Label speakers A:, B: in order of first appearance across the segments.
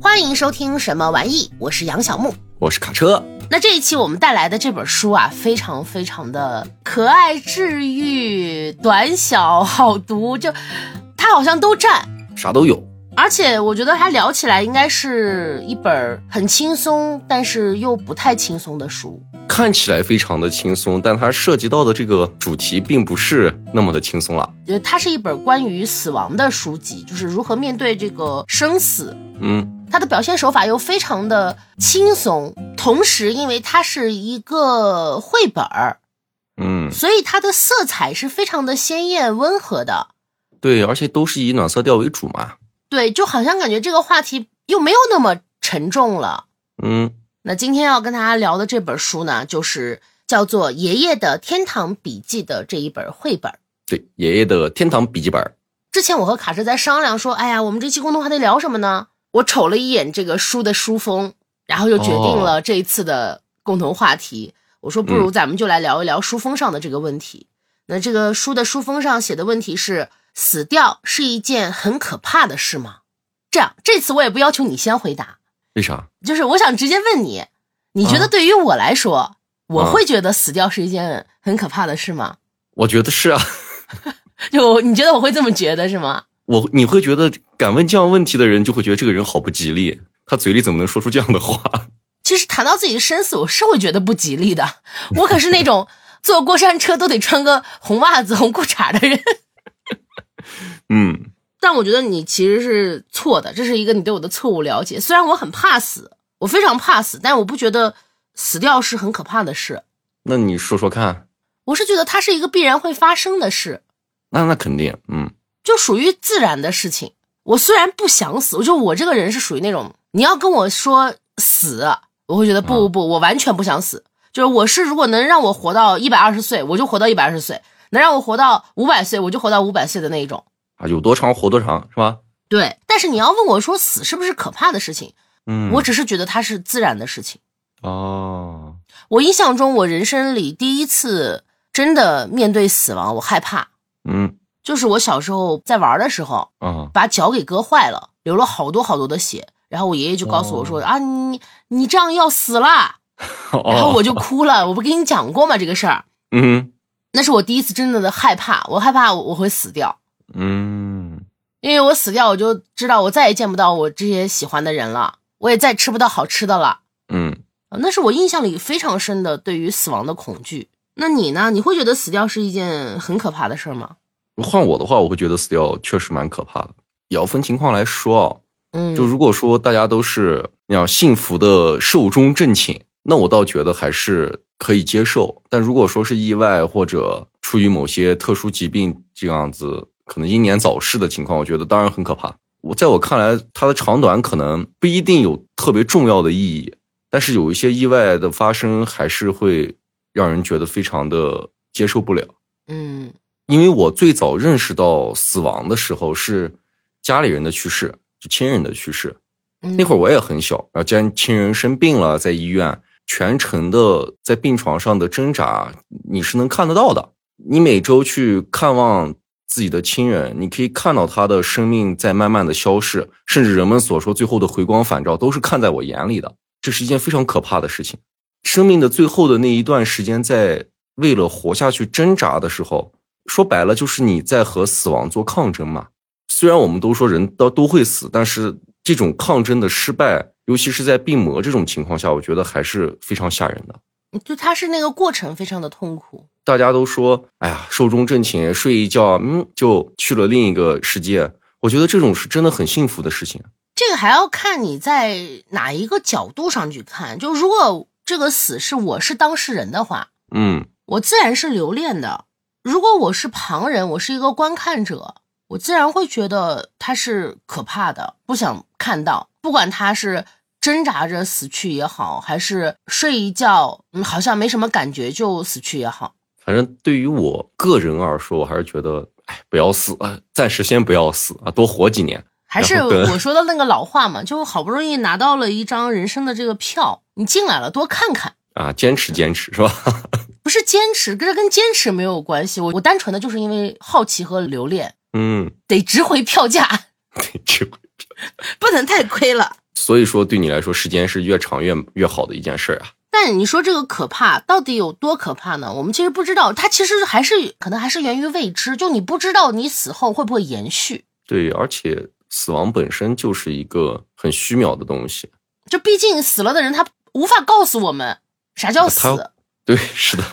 A: 欢迎收听什么玩意？我是杨小木。
B: 我是卡车，
A: 那这一期我们带来的这本书啊，非常非常的可爱、治愈、短小好读，就它好像都占。
B: 啥都有。
A: 而且我觉得它聊起来应该是一本很轻松，但是又不太轻松的书。
B: 看起来非常的轻松，但它涉及到的这个主题并不是那么的轻松了。
A: 呃，它是一本关于死亡的书籍，就是如何面对这个生死，
B: 嗯，
A: 它的表现手法又非常的轻松，同时因为它是一个绘本儿，
B: 嗯，
A: 所以它的色彩是非常的鲜艳温和的。
B: 对，而且都是以暖色调为主嘛。
A: 对，就好像感觉这个话题又没有那么沉重了。
B: 嗯，
A: 那今天要跟大家聊的这本书呢，就是叫做《爷爷的天堂笔记》的这一本绘本儿。
B: 对，爷爷的天堂笔记本儿，
A: 之前我和卡车在商量说，哎呀，我们这期共同话题聊什么呢？我瞅了一眼这个书的书封，然后就决定了这一次的共同话题。我说，不如咱们就来聊一聊书封上的这个问题。那这个书的书封上写的问题是：死掉是一件很可怕的事吗？这样，这次我也不要求你先回答，
B: 为啥？
A: 就是我想直接问你，你觉得
B: 啊
A: 对于我来说，我
B: 啊
A: 会觉得死掉是一件很可怕的事吗？
B: 我觉得是啊，
A: 就你觉得我会这么觉得是吗？
B: 我你会觉得敢问这样问题的人，就会觉得这个人好不吉利，他嘴里怎么能说出这样的话？
A: 其实谈到自己的生死，我是会觉得不吉利的。 我可是那 种坐过山车都得穿个红袜子、红裤衩的人。
B: 嗯，
A: 但我觉得你其实是错的，这是一个你对我的错误了解。虽然我很怕死，我非常怕死，但我不觉得死掉是很可怕的事。
B: 那你说说看，
A: 我是觉得它是一个必然会发生的事，
B: 那那肯定，嗯，
A: 就属于自然的事情。我虽然不想死，我就我这个人是属于那种，你要跟我说死，我会觉得不不不，我完全不想死。就是我是如果能让我活到一百二十岁，我就活到一百二十岁；能让我活到五百岁，我就活到五百岁的那一种。
B: 啊，有多长活多长是吧？
A: 对，但是你要问我说死是不是可怕的事情，
B: 嗯，
A: 我只是觉得它是自然的事情。
B: 哦，
A: 我印象中，我人生里第一次真的面对死亡，我害怕，
B: 嗯
A: 就是我小时候在玩的时候，
B: 啊，
A: 把脚给割坏了，流了好多好多的血。然后我爷爷就告诉我说：“
B: 哦
A: 啊，你你这样要死啦！”然
B: 然
A: 后我就哭了。我不跟你讲过吗？这个事儿，
B: 哦嗯
A: 那是我第一次真正的害怕，我害怕我我会死掉，
B: 嗯
A: 因为我死掉我就知道我再也见不到我这些喜欢的人了，我也再吃不到好吃的了。
B: 嗯，
A: 啊那是我印象里非常深的对于死亡的恐惧。那你呢？你会觉得死掉是一件很可怕的事儿吗？
B: 换我的话，我会觉得死掉确实蛮可怕的，也要分情况来说啊。
A: 嗯，
B: 就如果说大家都是那样幸福的寿终正寝，那我倒觉得还是可以接受。但如果说是意外或者出于某些特殊疾病这样子，可能英年早逝的情况，我觉得当然很可怕。我在我看来，它的长短可能不一定有特别重要的意义，但是有一些意外的发生，还是会让人觉得非常的接受不了。
A: 嗯
B: 因为我最早认识到死亡的时候是家里人的去世，就亲人的去世。
A: 嗯
B: 那会儿我也很小，然后家人亲人生病了，在医院全程的在病床上的挣扎，你是能看得到的。你每周去看望自己的亲人，你可以看到他的生命在慢慢的消逝，甚至人们所说最后的回光返照，都是看在我眼里的。这是一件非常可怕的事情。生命的最后的那一段时间，在为了活下去挣扎的时候，说白了就是你在和死亡做抗争嘛。虽然我们都说人都都会死，但是这种抗争的失败，尤其是在病魔这种情况下，我觉得还是非常吓人的。
A: 嗯就它是那个过程非常的痛苦。
B: 大家都说，哎呀，寿终正寝，睡一觉，嗯，就去了另一个世界。我觉得这种是真的很幸福的事情。
A: 这个还要看你在哪一个角度上去看。就如果这个死是我是当事人的话，
B: 嗯
A: 我自然是留恋的；如果我是旁人，我是一个观看者，我自然会觉得它是可怕的，不想看到。不管他是挣扎着死去也好，还是睡一觉，嗯，好像没什么感觉就死去也好，
B: 反正对于我个人而说，我还是觉得，哎，不要死啊，暂时先不要死啊，多活几年。
A: 还是
B: 然后跟
A: 我说的那个老话嘛，就好不容易拿到了一张人生的这个票，你进来了，多看看。
B: 啊，坚持坚持是吧？
A: 不是坚持，跟这跟坚持没有关系。我我单纯的就是因为好奇和留恋，
B: 嗯，
A: 得值回票价。
B: 这回
A: 不能太亏了。
B: 所以说，对你来说，时间是越长越越好的一件事儿啊。
A: 但你说这个可怕到底有多可怕呢？我们其实不知道，它其实还是可能还是源于未知，就你不知道你死后会不会延续。
B: 对，而且死亡本身就是一个很虚渺的东西。
A: 就毕竟死了的人，他无法告诉我们啥叫死
B: 他，对， 是的。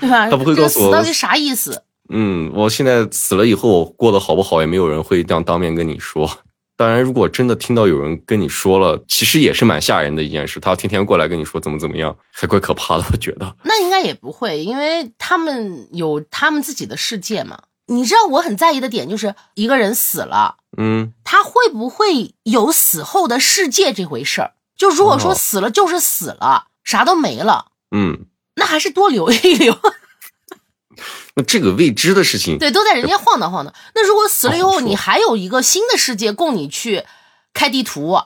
A: 对吧？
B: 他不会
A: 这个
B: 告诉我
A: 死到底啥意思。
B: 嗯，我现在死了以后过得好不好，也没有人会这样当面跟你说。当然，如果真的听到有人跟你说了，其实也是蛮吓人的一件事。他天天过来跟你说怎么怎么样，还怪可怕的，我觉得。
A: 那应该也不会，因为他们有他们自己的世界嘛。你知道我很在意的点就是一个人死了，
B: 嗯，
A: 他会不会有死后的世界这回事儿？就如果说
B: 哦
A: 死了就是死了，啥都没了，
B: 嗯，
A: 那还是多留一留。
B: 那这个未知的事情，
A: 对，都在人间晃荡晃荡。那如果死了以
B: 不好
A: 后，
B: 哦说
A: 你还有一个新的世界供你去开地图、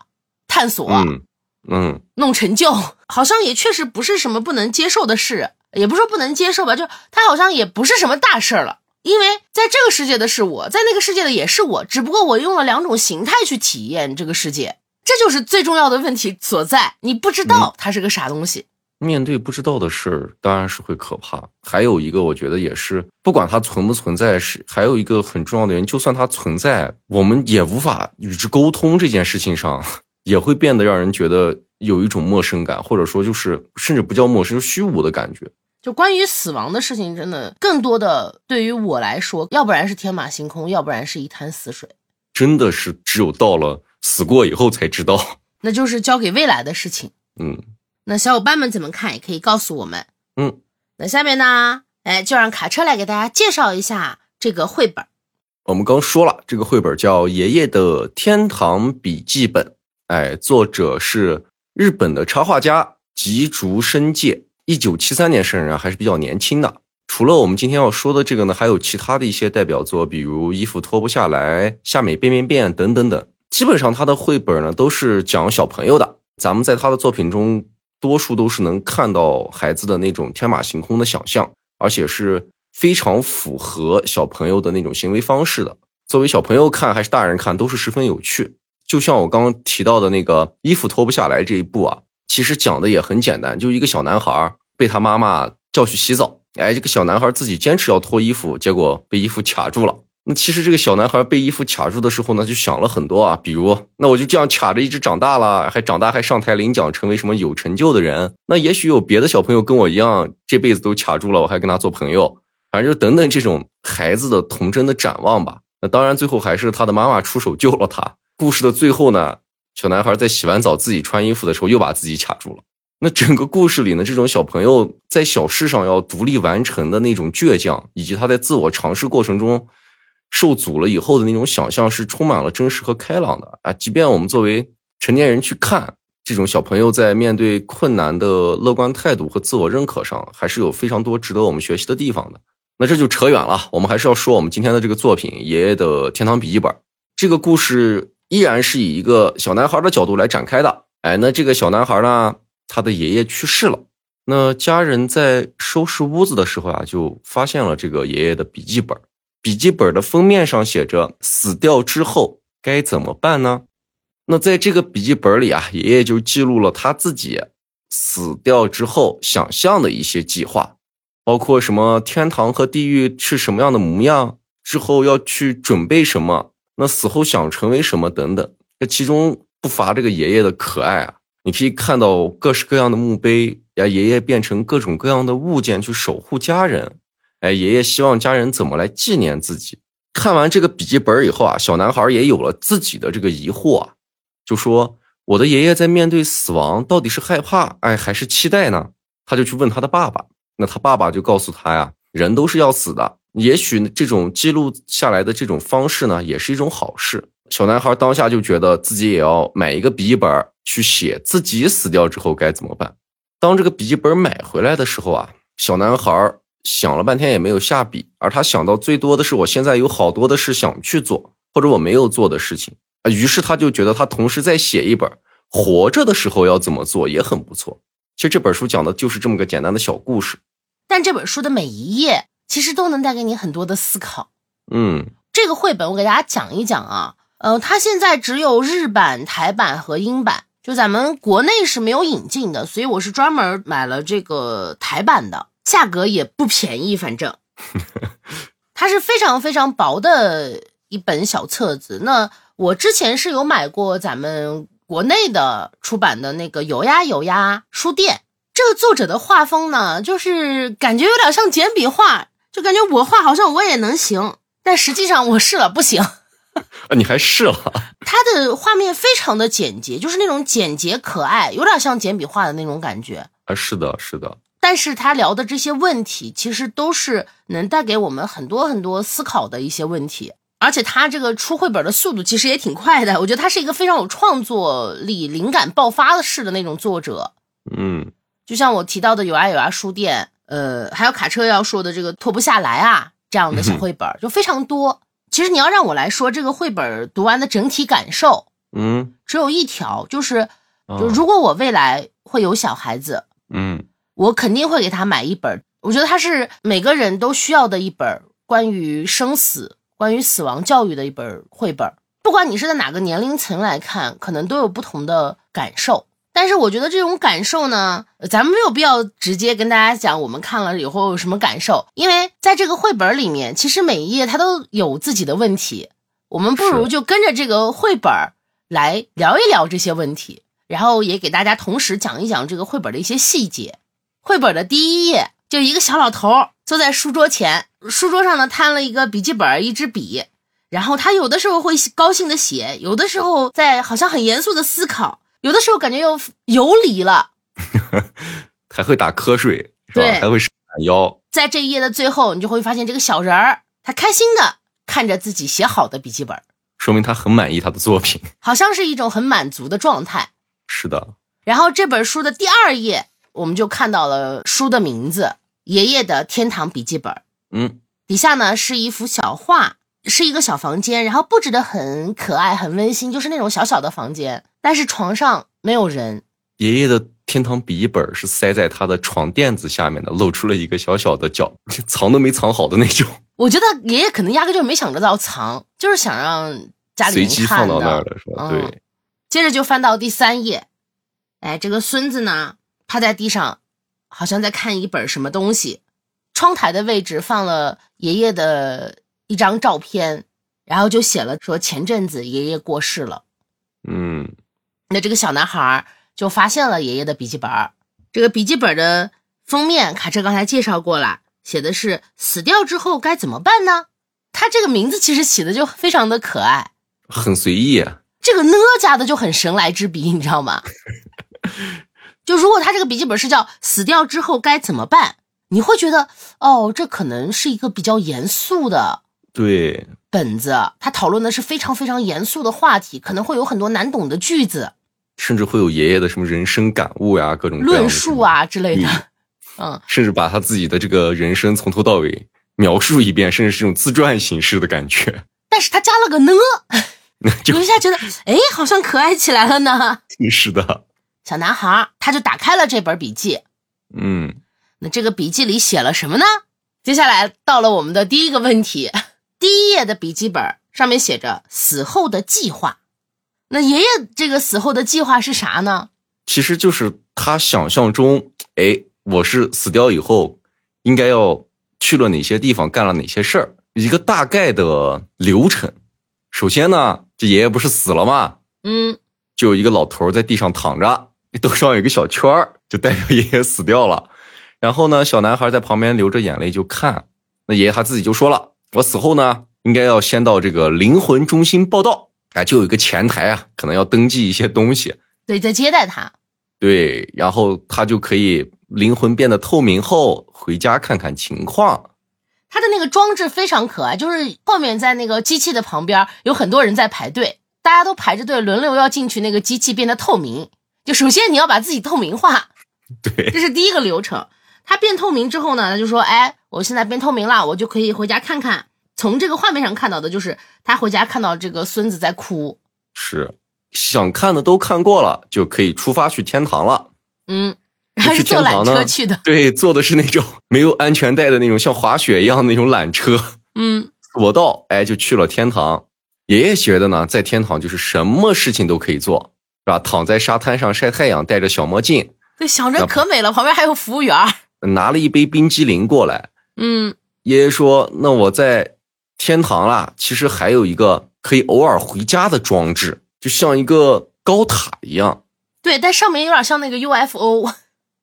A: 探索、
B: 嗯嗯，
A: 弄成就，好像也确实不是什么不能接受的事，也不是说不能接受吧，就它好像也不是什么大事儿了。因为在这个世界的是我，在那个世界的也是我，只不过我用了两种形态去体验这个世界，这就是最重要的问题所在。你不知道它是个啥东西，
B: 面对不知道的事儿，当然是会可怕。还有一个，我觉得也是，不管它存不存在，是还有一个很重要的原因，就算它存在，我们也无法与之沟通。这件事情上， 也会变得让人觉得有一种陌生感，或者说就是甚至不叫陌生，就是虚无的感觉。
A: 就关于死亡的事情，真的更多的对于我来说，要不然是天马行空，要不然是一滩死水，
B: 真的是只有到了死过以后才知道。
A: 那就是交给未来的事情。
B: 嗯
A: 那小伙伴们怎么看，也可以告诉我们。
B: 嗯，
A: 那下面呢，哎，就让卡车来给大家介绍一下这个绘本。
B: 我们刚说了，这个绘本叫《爷爷的天堂笔记本》，哎，作者是日本的插画家吉竹伸介，一九七三年生人啊，还是比较年轻的。除了我们今天要说的这个呢，还有其他的一些代表作，比如《衣服脱不下来》《夏美变变变》等等等。基本上他的绘本呢都是讲小朋友的，咱们在他的作品中，多数都是能看到孩子的那种天马行空的想象。而且是非常符合小朋友的那种行为方式的。作为小朋友看还是大人看，都是十分有趣。就像我刚刚提到的那个衣服脱不下来这一步啊，其实讲的也很简单，就是一个小男孩儿被他妈妈叫去洗澡，哎，这个小男孩儿自己坚持要脱衣服，结果被衣服卡住了。那其实这个小男孩儿被衣服卡住的时候呢，就想了很多啊，比如那我就这样卡着一直长大了，还长大还上台领奖，成为什么有成就的人？那也许有别的小朋友跟我一样，这辈子都卡住了，我还跟他做朋友，反正就等等这种孩子的童真的展望吧。那当然，最后还是他的妈妈出手救了他。故事的最后呢，小男孩在洗完澡自己穿衣服的时候，又把自己卡住了。那整个故事里呢，这种小朋友在小事上要独立完成的那种倔强，以及他在自我尝试过程中受阻了以后的那种想象，是充满了真实和开朗的啊！即便我们作为成年人去看这种小朋友在面对困难的乐观态度和自我认可上，还是有非常多值得我们学习的地方的。那这就扯远了，我们还是要说我们今天的这个作品《爷爷的天堂笔记本》。这个故事依然是以一个小男孩的角度来展开的。哎，那这个小男孩呢，他的爷爷去世了。那家人在收拾屋子的时候啊，就发现了这个爷爷的笔记本。笔记本的封面上写着“死掉之后该怎么办呢？”那在这个笔记本里啊，爷爷就记录了他自己死掉之后想象的一些计划，包括什么天堂和地狱是什么样的模样，之后要去准备什么，那死后想成为什么等等。这其中不乏这个爷爷的可爱啊，你可以看到各式各样的墓碑，呀，爷爷变成各种各样的物件去守护家人。哎，爷爷希望家人怎么来纪念自己。看完这个笔记本以后啊，小男孩也有了自己的这个疑惑啊，就说我的爷爷在面对死亡，到底是害怕，哎，还是期待呢？他就去问他的爸爸，那他爸爸就告诉他呀，人都是要死的，也许这种记录下来的这种方式呢，也是一种好事。小男孩当下就觉得自己也要买一个笔记本儿去写自己死掉之后该怎么办。当这个笔记本买回来的时候啊，小男孩想了半天也没有下笔，而他想到最多的是我现在有好多的事想去做，或者我没有做的事情。啊于是他就觉得他同时在写一本活着的时候要怎么做也很不错。其实这本书讲的就是这么个简单的小故事。
A: 但这本书的每一页其实都能带给你很多的思考。
B: 嗯
A: 这个绘本我给大家讲一讲啊，呃，它现在只有日版、台版和英版，就咱们国内是没有引进的，所以我是专门买了这个台版的，价格也不便宜，反正它是非常非常薄的一本小册子。那我之前是有买过咱们国内的出版的那个有呀有呀书店，这个作者的画风呢，就是感觉有点像简笔画，就感觉我画好像我也能行，但实际上我试了不行。
B: 啊，你还试了？
A: 它的画面非常的简洁，就是那种简洁可爱，有点像简笔画的那种感觉。
B: 啊，是的，是的，
A: 但是他聊的这些问题，其实都是能带给我们很多很多思考的一些问题。而且他这个出绘本的速度其实也挺快的，我觉得他是一个非常有创作力、灵感爆发的式的那种作者。
B: 嗯，
A: 就像我提到的有啊有啊书店，呃，还有卡车要说的这个脱不下来啊这样的小绘本，就非常多。其实你要让我来说这个绘本读完的整体感受，
B: 嗯，
A: 只有一条，就是
B: 啊
A: 就如果我未来会有小孩子，
B: 嗯
A: 我肯定会给他买一本。我觉得它是每个人都需要的一本关于生死、关于死亡教育的一本绘本。不管你是在哪个年龄层来看，可能都有不同的感受。但是我觉得这种感受呢，呃咱们没有必要直接跟大家讲我们看了以后有什么感受，因为在这个绘本里面，其实每一页它都有自己的问题。我们不如
B: 是
A: 就跟着这个绘本儿来聊一聊这些问题，然后也给大家同时讲一讲这个绘本的一些细节。绘本的第一页，就一个小老头儿坐在书桌前，书桌上呢摊了一个笔记本儿、一支笔，然后他有的时候会高兴的写，有的时候在好像很严肃的思考，有的时候感觉又游离了。
B: 还会打瞌睡，是吧
A: 对？
B: 还会伸懒腰，
A: 在这一页的最后，你就会发现这个小人儿，他开心的看着自己写好的笔记本儿，
B: 说明他很满意他的作品。
A: 好像是一种很满足的状态。
B: 是的，
A: 然后这本书的第二页，我们就看到了书的名字《爷爷的天堂笔记本》，
B: 嗯
A: 底下呢是一幅小画，是一个小房间，然后布置的很可爱、很温馨，就是那种小小的房间。但是床上没有人，
B: 爷爷的天堂笔记本是塞在他的床垫子下面的，露出了一个小小的角， 藏都没藏好的那种，
A: 我觉得爷爷可能压根就没想着要藏，就是想让家里
B: 随
A: 人
B: 机
A: 看
B: 放到那
A: 到
B: 儿。了，是吧？
A: 嗯
B: 对，
A: 接着就翻到第三页，哎，这个孙子呢趴在地上，好像在看一本什么东西。窗台的位置放了爷爷的一张照片，然后就写了说前阵子爷爷过世了。
B: 嗯
A: 那这个小男孩儿就发现了爷爷的笔记本儿。这个笔记本的封面，卡车刚才介绍过了，写的是“死掉之后该怎么办呢？”他这个名字其实起的就非常的可爱，
B: 很随意，啊
A: 这个呢加的就很神来之笔，你知道吗？ 就如果他这个笔记本是叫“死掉之后该怎么办”，你会觉得哦，这可能是一个比较严肃的
B: 对，
A: 本子，他讨论的是非常非常严肃的话题，可能会有很多难懂的句子、
B: 甚至会有爷爷的什么人生感悟呀，各种各样
A: 论
B: 的
A: 述，啊之类的。 嗯，
B: 甚至把他自己的这个人生从头到尾描述一遍，甚至是这种自传形式的感觉，
A: 但是他加了个呢，
B: 就
A: 我一下觉得，哎，好像可爱起来了呢。
B: 是的，
A: 小男孩儿他就打开了这本笔记，
B: 嗯，
A: 那这个笔记里写了什么呢？接下来到了我们的第一个问题，第一页的笔记本上面写着死后的计划。那爷爷这个死后的计划是啥呢？
B: 其实就是他想象中，哎，我是死掉以后应该要去了哪些地方，干了哪些事儿，一个大概的流程。首先呢，这爷爷不是死了吗？
A: 嗯，
B: 就有一个老头儿在地上躺着， 头上有一个小圈儿，就代表爷爷死掉了。然后呢，小男孩在旁边流着眼泪就看。那爷爷他自己就说了，我死后呢，应该要先到这个灵魂中心报道，哎，就有一个前台啊，可能要登记一些东西。
A: 对，在接待他。
B: 对，然后他就可以灵魂变得透明后回家看看情况。
A: 他的那个装置非常可爱，就是后面在那个机器的旁边有很多人在排队，大家都排着队轮流要进去，那个机器变得透明。就首先你要把自己透明化，
B: 对，
A: 这是第一个流程。它变透明之后呢，他就说：“哎，我现在变透明了，我就可以回家看看。”从这个画面上看到的就是他回家看到这个孙子在哭，
B: 是想看的都看过了，就可以出发去天堂了。
A: 嗯，
B: 那
A: 还是
B: 去
A: 坐
B: 天
A: 缆
B: 堂
A: 车
B: 呢
A: 去的，
B: 对，坐的是那种没有安全带的那种，像滑雪一样的那种缆车
A: 嗯，
B: 索道，哎，就去了天堂。爷爷觉得呢，在天堂就是什么事情都可以做，是吧？躺在沙滩上晒太阳，戴着小墨镜，
A: 对，想着可美了，旁边还有服务员儿。
B: 拿了一杯冰激凌过来。
A: 嗯，
B: 爷爷说：“那我在天堂啦，其实还有一个可以偶尔回家的装置，就像一个高塔一样，
A: 对，但上面有点像那个 UFO。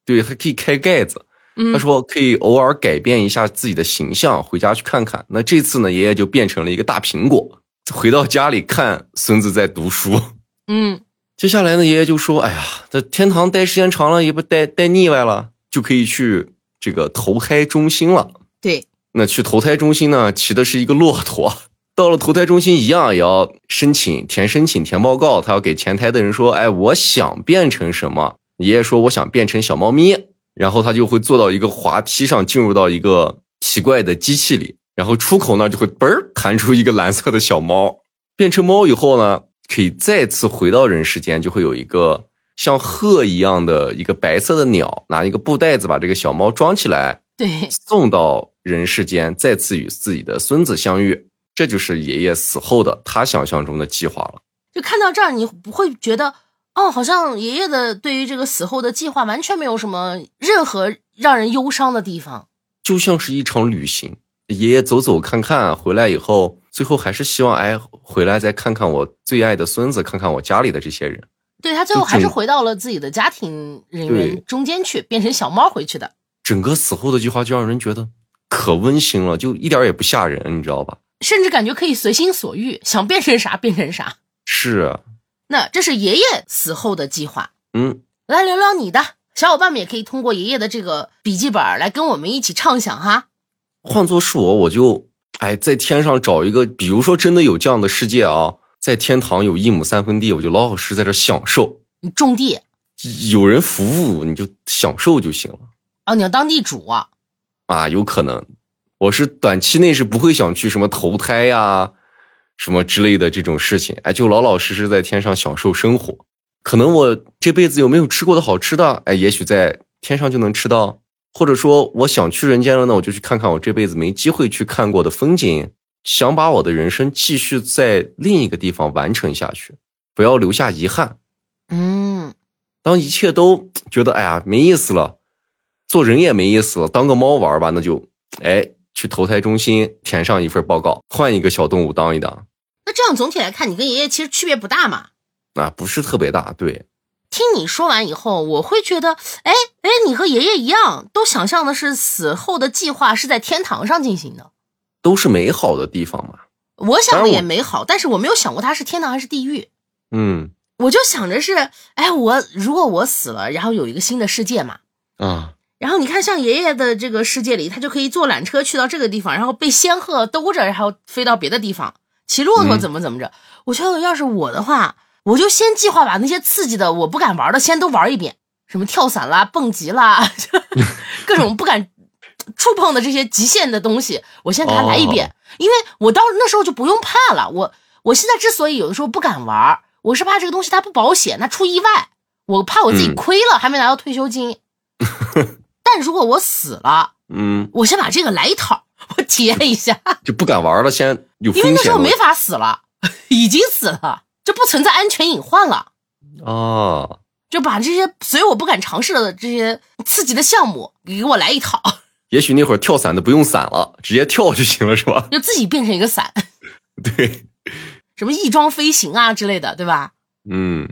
B: 对，还可以开盖子。”
A: 嗯
B: 他，说可以偶尔改变一下自己的形象，回家去看看。那这次呢，爷爷就变成了一个大苹果，回到家里看孙子在读书。
A: 嗯，
B: 接下来呢，爷爷就说：“哎呀，在天堂待时间长了，也不待待腻歪了，就可以去这个投胎中心了。
A: 对，
B: 那去投胎中心呢，骑的是一个骆驼。 到了投胎中心，一样也要申请填申请填报告，他要给前台的人说：‘哎，我想变成什么？’爷爷说：‘我想变成小猫咪。’然后他就会坐到一个滑梯上，进入到一个奇怪的机器里，然后出口那儿就会嘣儿弹出一个蓝色的小猫。变成猫以后呢，可以再次回到人世间，就会有一个像鹤一样的一个白色的鸟，拿一个布袋子把这个小猫装起来，
A: 对，
B: 送到人世间，再次与自己的孙子相遇。这就是爷爷死后的他想象中的计划了。
A: 就看到这儿，你不会觉得哦，好像爷爷的对于这个死后的计划完全没有什么任何让人忧伤的地方。
B: 就像是一场旅行，爷爷走走看看，回来以后，最后还是希望哎，回来再看看我最爱的孙子，看看我家里的这些人。
A: 对他最后还是
B: 就这
A: 回到了自己的家庭人
B: 对
A: 员中间去，变成小猫回去的，
B: 整个死后的计划就让人觉得可温馨了，就一点也不吓人，你知道吧？
A: 甚至感觉可以随心所欲，想变成啥变成啥。
B: 是，啊
A: 那这是爷爷死后的计划。
B: 嗯，
A: 来聊聊你的，小伙伴们也可以通过爷爷的这个笔记本儿来跟我们一起畅想哈。
B: 换做是我，我就哎，在天上找一个，比如说真的有这样的世界啊，在天堂有一亩三分地，我就老老实实在这享受，
A: 你种地
B: 有人服务你就享受就行了
A: 哦，你要当地主啊？
B: 啊，有可能。我是短期内是不会想去什么投胎呀、什么之类的这种事情，哎，就老老实实在天上享受生活。可能我这辈子有没有吃过的好吃的，哎，也许在天上就能吃到，或者说我想去人间了呢，我就去看看我这辈子没机会去看过的风景，想把我的人生继续在另一个地方完成下去，不要留下遗憾。
A: 嗯，
B: 当一切都觉得哎呀没意思了，做人也没意思了，当个猫玩吧，那就哎去投胎中心填上一份报告，换一个小动物当一当，
A: 那这样总体来看，你跟爷爷其实区别不大嘛。
B: 啊不是特别大，对，
A: 听你说完以后，我会觉得，哎哎，你和爷爷一样，都想象的是死后的计划是在天堂上进行的。
B: 都是美好的地方嘛，
A: 我想
B: 当
A: 的
B: 然
A: 也
B: 我
A: 美好，但是我没有想过它是天堂还是地狱。
B: 嗯
A: 我就想着是，哎，我如果我死了，然后有一个新的世界嘛，
B: 啊
A: 然后你看，像爷爷的这个世界里，他就可以坐缆车去到这个地方，然后被仙鹤兜着，然后飞到别的地方，骑骆驼
B: 嗯
A: 怎么怎么着。我觉得要是我的话，我就先计划把那些刺激的我不敢玩的先都玩一遍，什么跳伞啦、蹦极啦， 各种不敢触碰的这些极限的东西，我先给他来一遍，因为我到那时候就不用怕了。我我现在之所以有的时候不敢玩，我是怕这个东西它不保险，那出意外，我怕我自己
B: 嗯
A: 亏了，还没拿到退休金。 但如果我死了，
B: 嗯
A: 我先把这个来一套，我体验一 下，
B: 就不敢玩了，先有
A: 因为
B: 风
A: 那时
B: 险
A: 候
B: 了
A: 没法死了，已经死了，就不存在安全隐患了，
B: 啊，
A: 就把这些所有我不敢尝试的这些刺激的项目给我来一套，
B: 也许那会儿跳伞的不用伞了，直接跳就行了，是吧？
A: 就自己变成一个伞，
B: 对，
A: 什么翼装飞行啊之类的，对吧？
B: 嗯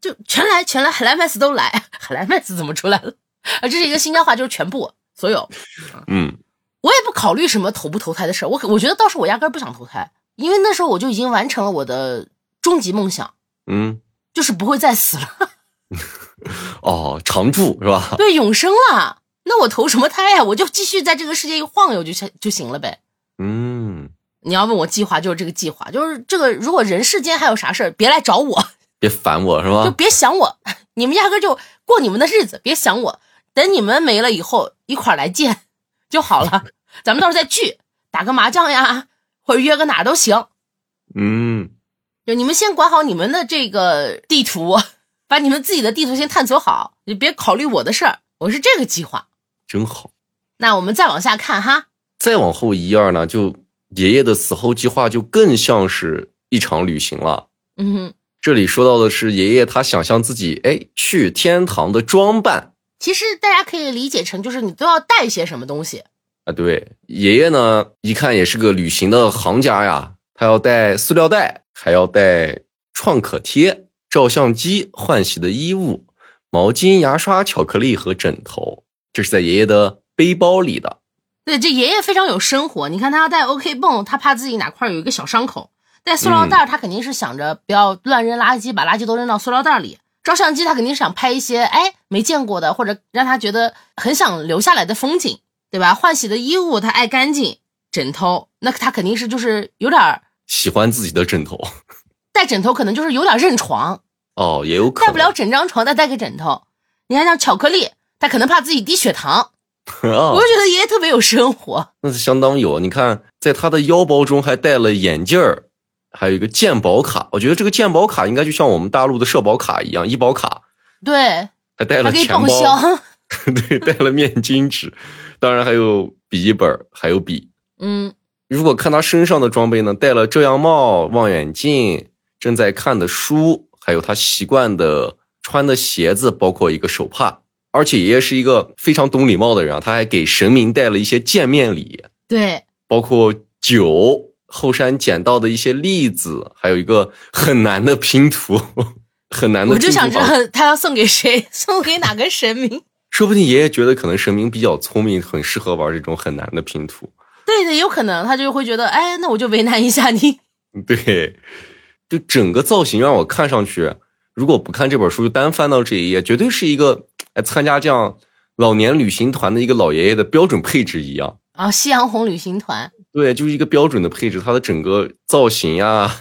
A: 就全来全来，海莱麦斯都来， 海莱麦斯怎么出来了？啊，这是一个新疆话，就是全部所有，
B: 嗯
A: 我也不考虑什么投不投胎的事儿，我可我觉得到时候我压根儿不想投胎，因为那时候我就已经完成了我的终极梦想，
B: 嗯，
A: 就是不会再死了，
B: 哦，常驻是吧？
A: 对，永生了。那我投什么胎呀、我就继续在这个世界晃悠就行就行了呗。
B: 嗯，
A: 你要问我计划，就是这个计划，就是这个。如果人世间还有啥事儿，别来找我，
B: 别烦我是
A: 就
B: 吧？
A: 别想我，你们压根儿就过你们的日子，别想我。等你们没了以后，一块儿来见就好了。咱们到时候再聚，打个麻将呀，或者约个哪儿都行。
B: 嗯。
A: 就你们先管好你们的这个地图，把你们自己的地图先探索好，你别考虑我的事儿。我是这个计划。
B: 真好。
A: 那我们再往下看哈，
B: 再往后一页呢，就爷爷的死后计划就更像是一场旅行了。
A: 嗯哼，
B: 这里说到的是爷爷他想象自己哎去天堂的装扮
A: 其实大家可以理解成就是你都要带些什么东西。
B: 啊，对，爷爷呢一看也是个旅行的行家呀，他要带塑料袋，还要带创可贴、照相机、换洗的衣物、毛巾、牙刷、巧克力和枕头，这是在爷爷的背包里的。
A: 对，这爷爷非常有生活。你看他要带 OK 泵，他怕自己哪块儿有一个小伤口；带塑料袋
B: 嗯
A: 儿，他肯定是想着不要乱扔垃圾，把垃圾都扔到塑料袋儿里。照相机，他肯定是想拍一些哎没见过的，或者让他觉得很想留下来的风景，对吧？换洗的衣物，他爱干净；枕头，那他肯定是就是有点儿
B: 喜欢自己的枕头
A: 带枕头，可能就是有点儿认床，
B: 哦，也有可能
A: 带不了整张床，但带个枕头。你看像巧克力，他可能怕自己低血糖。
B: 啊
A: 我就觉得爷爷特别有生活。
B: 那是相当有。你看，在他的腰包中还带了眼镜儿，还有一个鉴宝卡。我觉得这个鉴宝卡应该就像我们大陆的社保卡一样，医保卡，
A: 对，
B: 还带
A: 还
B: 了
A: 可以
B: 钱
A: 报
B: 包，
A: 销。
B: 对，带了面巾纸，当然还有笔记本儿，还有笔。
A: 嗯，
B: 如果看他身上的装备呢，戴了遮阳帽、望远镜、正在看的书，还有他习惯的穿的鞋子，包括一个手帕。而且爷爷是一个非常懂礼貌的人啊，他还给神明带了一些见面礼，
A: 对，
B: 包括酒、后山捡到的一些栗子，还有一个很难的拼图， 很难的
A: 我就
B: 拼图
A: 想知道
B: 好像
A: 他要送给谁， 送给哪个神明？
B: 说不定爷爷觉得可能神明比较聪明，很适合玩这种很难的拼图。
A: 对的，有可能他就会觉得，哎，那我就为难一下你。
B: 对，就整个造型让我看上去，如果不看这本书，就单翻到这一页，绝对是一个哎参加这样老年旅行团的一个老爷爷的标准配置一样。
A: 啊，夕阳红旅行团，
B: 对，就是一个标准的配置，它的整个造型呀、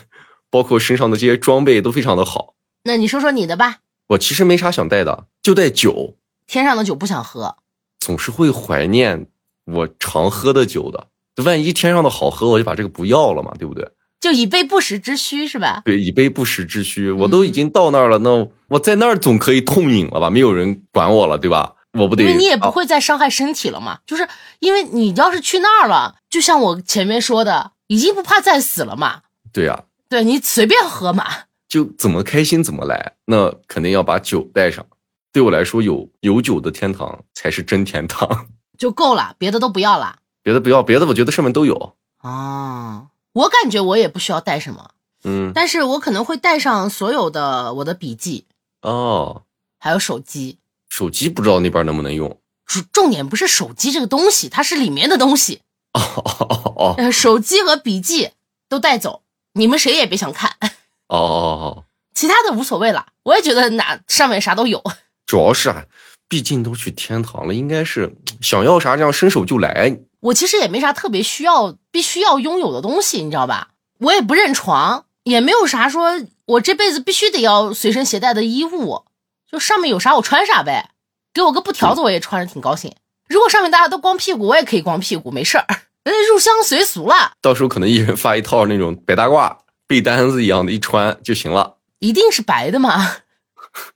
B: 包括身上的这些装备都非常的好。
A: 那你说说你的吧。
B: 我其实没啥想带的，就带酒，
A: 天上的酒不想喝，
B: 总是会怀念我常喝的酒的。万一天上的好喝，我就把这个不要了嘛，对不对？
A: 就以备不时之需是吧？
B: 对，以备不时之需。我都已经到那儿了，那我在那儿总可以痛饮了吧？没有人管我了，对吧？我不得
A: 因为你也不
B: 啊
A: 会再伤害身体了嘛。就是因为你要是去那儿了，就像我前面说的，已经不怕再死了嘛。
B: 对呀、
A: 对你随便喝嘛。
B: 就怎么开心怎么来。那肯定要把酒带上。对我来说，有有酒的天堂才是真天堂，
A: 就够了，别的都不要了。
B: 别的不要，别的我觉得上面都有。
A: 哦，我感觉我也不需要带什么。
B: 嗯，
A: 但是我可能会带上所有的我的笔记，
B: 哦，
A: 还有手机。
B: 手机不知道那边能不能用。
A: 主重点不是手机这个东西，它是里面的东西。
B: 哦哦哦哦
A: 呃，手机和笔记都带走，你们谁也别想看，
B: 哦哦，
A: 其他的无所谓了。我也觉得哪上面啥都有。
B: 主要是啊，毕竟都去天堂了，应该是想要啥这样伸手就来。
A: 我其实也没啥特别需要、必须要拥有的东西，你知道吧？我也不认床，也没有啥说我这辈子必须得要随身携带的衣物，就上面有啥我穿啥呗。给我个布条子，我也穿着挺高兴。如果上面大家都光屁股，我也可以光屁股，没事儿。 人家入乡随俗了，
B: 到时候可能一人发一套那种白大褂、被单子一样的，一穿就行了。
A: 一定是白的嘛。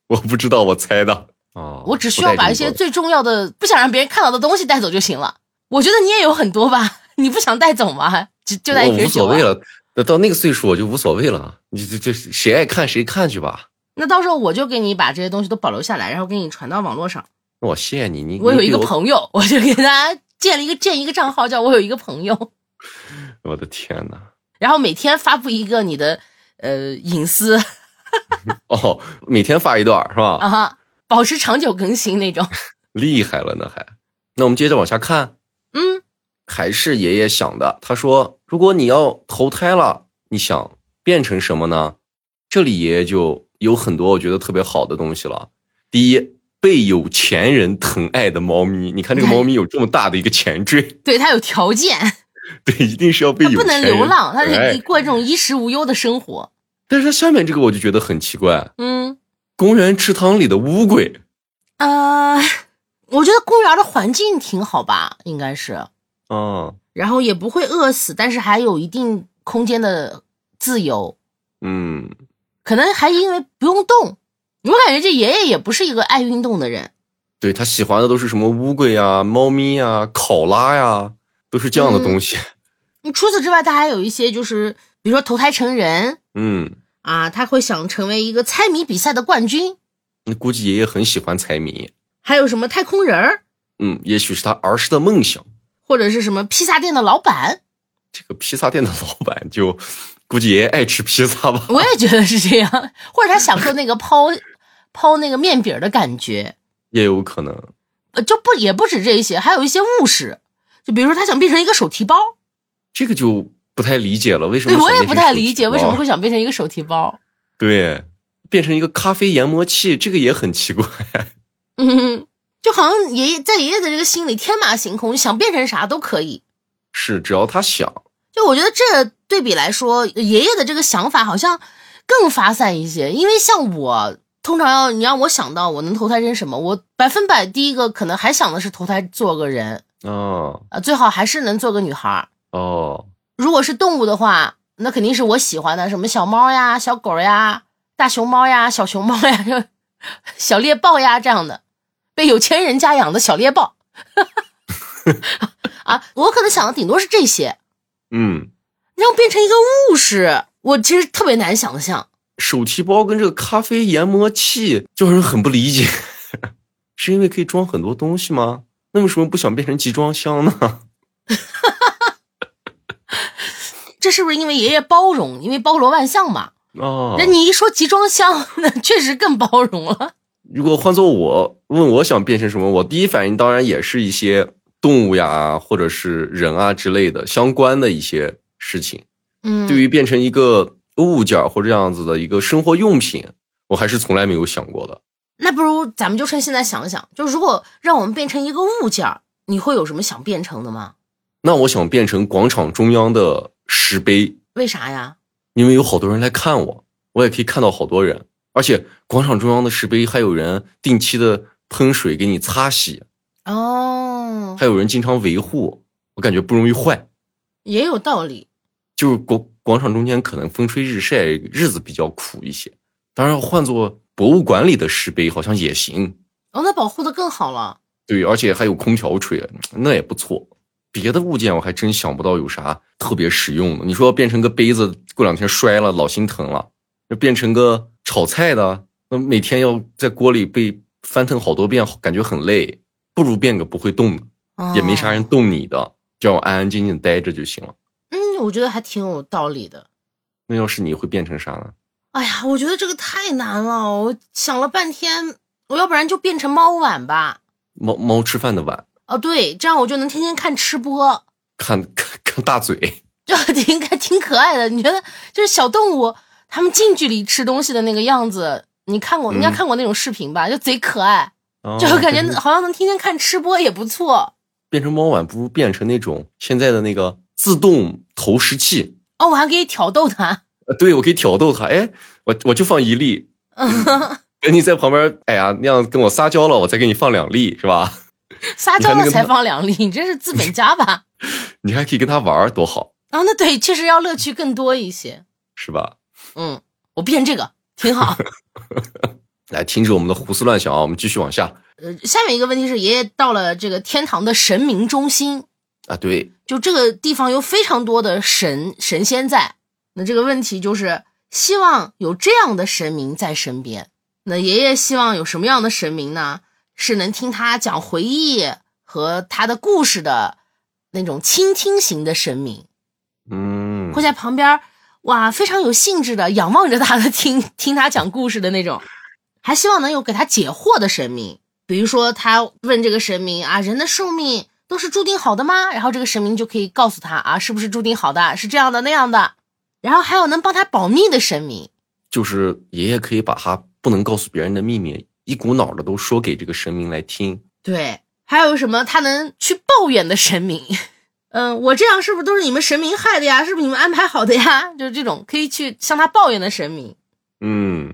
B: 我不知道，我猜的。哦，
A: 啊我只需要把一些最重要的、不想让别人看到的东西带走就行了。我觉得你也有很多吧，你不想带走吗？就就
B: 我
A: 带一
B: 无
A: 瓶酒、
B: 所
A: 啊
B: 谓。了。那到那个岁数我就无所谓了，你这这谁爱看谁看去吧。
A: 那到时候我就给你把这些东西都保留下来，然后给你传到网络上。
B: 那我谢谢你，你
A: 我有一个，
B: 你
A: 朋友，我就给他建了一个建一个账号，叫我有一个朋友，
B: 对我我的天呐。
A: 然后每天发布一个你的呃隐私
B: 哦，每天发一段儿是吧？
A: 啊哈，保持长久更新那种。
B: 厉害了呢还。那我们接着往下看，
A: 嗯，
B: 还是爷爷想的。他说，如果你要投胎了，你想变成什么呢？这里爷爷就有很多我觉得特别好的东西了。第一，被有钱人疼爱的猫咪。你看这个猫咪有这么大的一个前缀，
A: 对他有条件，
B: 对，一定是要被
A: 他
B: 有
A: 不能
B: 钱人
A: 流浪，他
B: 疼爱
A: 得过这种衣食无忧的生活。
B: 但是它下面这个我就觉得很奇怪，
A: 嗯。
B: 公园池塘里的乌龟，
A: 呃，我觉得公园的环境挺好吧，应该是，
B: 啊，
A: 然后也不会饿死，但是还有一定空间的自由，
B: 嗯，
A: 可能还因为不用动。我感觉这爷爷也不是一个爱运动的人，
B: 对他喜欢的都是什么乌龟啊、猫咪啊、考拉呀、都是这样的东西。
A: 除此之外，他还有一些就是比如说投胎成人
B: 嗯，
A: 啊，他会想成为一个猜谜比赛的冠军，
B: 那估计爷爷很喜欢猜谜，
A: 还有什么太空人儿，
B: 嗯，也许是他儿时的梦想。
A: 或者是什么披萨店的老板，
B: 这个披萨店的老板就 估计爷爷爱吃披萨吧，
A: 我也觉得是这样，或者他享受那个抛抛那个面饼儿的感觉，
B: 也有可能。
A: 呃，就不也不止这些，还有一些物事，就比如说他想变成一个手提包，
B: 这个就不太理解了，为什
A: 对
B: 么想
A: 我也
B: 变
A: 不
B: 成
A: 太
B: 手
A: 理
B: 提
A: 解为什么
B: 包
A: 会想变成一个手提包，
B: 对变成一个咖啡研磨器，这个也很奇怪。
A: 嗯，就好像爷爷在爷爷的这个心里天马行空，想变成啥都可以。
B: 是，只要他想，
A: 就我觉得这对比来说，爷爷的这个想法好像更发散一些，因为像我。通常要你让我想到我能投胎成什么，我百分百第一个可能还想的是投胎做个人
B: 哦
A: 啊，最好还是能做个女孩儿。
B: 哦，
A: 如果是动物的话，那肯定是我喜欢的，什么小猫呀、小狗呀、大熊猫呀、小熊猫呀、 就小猎豹呀这样的，被有钱人家养的小猎豹。 啊，我可能想的顶多是这些。
B: 嗯，
A: 你让变成一个物事，我其实特别难想象。
B: 手提包跟这个咖啡研磨器就让人很不理解， 是因为可以装很多东西吗？那为什么不想变成集装箱呢？
A: 这是不是因为爷爷包容，因为包罗万象嘛？
B: 哦
A: 那，你一说集装箱， 那确实更包容了。
B: 如果换做我，问我想变成什么，我第一反应当然也是一些动物呀，或者是人啊之类的相关的一些事情。
A: 嗯，
B: 对于变成一个物件儿或者这样子的一个生活用品，我还是从来没有想过的。
A: 那不如咱们就趁现在想想，就如果让我们变成一个物件儿，你会有什么想变成的吗？
B: 那我想变成广场中央的石碑，
A: 为啥呀？
B: 因为有好多人来看我，我也可以看到好多人，而且广场中央的石碑还有人定期的喷水给你擦洗，
A: 哦，
B: 还有人经常维护，我感觉不容易坏。
A: 也有道理。
B: 就是广广场中间可能风吹日晒，日子比较苦一些。当然，换做博物馆里的石碑好像也行，
A: 哦，那保护的更好了。
B: 对，而且还有空调吹，那也不错。别的物件我还真想不到有啥特别实用的。你说变成个杯子，过两天摔了老心疼了；要变成个炒菜的，那每天要在锅里被翻腾好多遍，感觉很累。不如变个不会动的，也没啥人
A: 哦。
B: 动你的，这样安安静静待着就行了。
A: 嗯，我觉得还挺有道理的。
B: 那要是你会变成啥呢？
A: 哎呀，我觉得这个太难了。我想了半天，我要不然就变成猫碗吧。
B: 猫猫吃饭的碗，
A: 哦，对，这样我就能天天看吃播，
B: 看 看看大嘴，
A: 就挺挺可爱的。你觉得就是小动物它们近距离吃东西的那个样子，你看过？你应该
B: 嗯
A: 看过那种视频吧？就贼可爱。
B: 哦
A: 就感
B: 变
A: 觉
B: 成
A: 好像能天天看吃播也不错。
B: 变成猫碗，不如变成那种现在的那个自动投食器。
A: 哦，我还可以挑逗它。
B: 呃对，我可以挑逗他，哎，我我就放一粒， 等你在旁边，哎呀，那样跟我撒娇了，我再给你放两粒，是吧？
A: 撒
B: 你
A: 娇
B: 看
A: 了
B: 那个
A: 才
B: 猫
A: 放 两粒，你真是资本家吧？
B: 你还可以跟他玩儿，多好，
A: 啊，那对，确实要乐趣更多一些。
B: 是吧？
A: 嗯，我变这个挺 好。
B: 来，停止我们的胡思乱想啊，我们继续往下
A: 呃，下面一个问题是，爷爷到了这个天堂的神明中心，
B: 啊，对，
A: 就这个地方有非常多的神神仙在。那这个问题就是，希望有这样的神明在身边。那爷爷希望有什么样的神明呢？是能听他讲回忆和他的故事的那种倾听型的神明，
B: 嗯
A: 会，在旁边哇非常有兴致的仰望着他的听听他讲故事的那种，还希望能有给他解惑的神明。比如说，他问这个神明啊，人的寿命都是注定好的吗？然后这个神明就可以告诉他啊，是不是注定好的，是这样的那样的。然后还有能帮他保密的神明，
B: 就是爷爷可以把他不能告诉别人的秘密，一股脑的都说给这个神明来听，
A: 对，还有什么他能去抱怨的神明？ 嗯，我这样是不是都是你们神明害的呀？是不是你们安排好的呀？就是这种可以去向他抱怨的神明。
B: 嗯，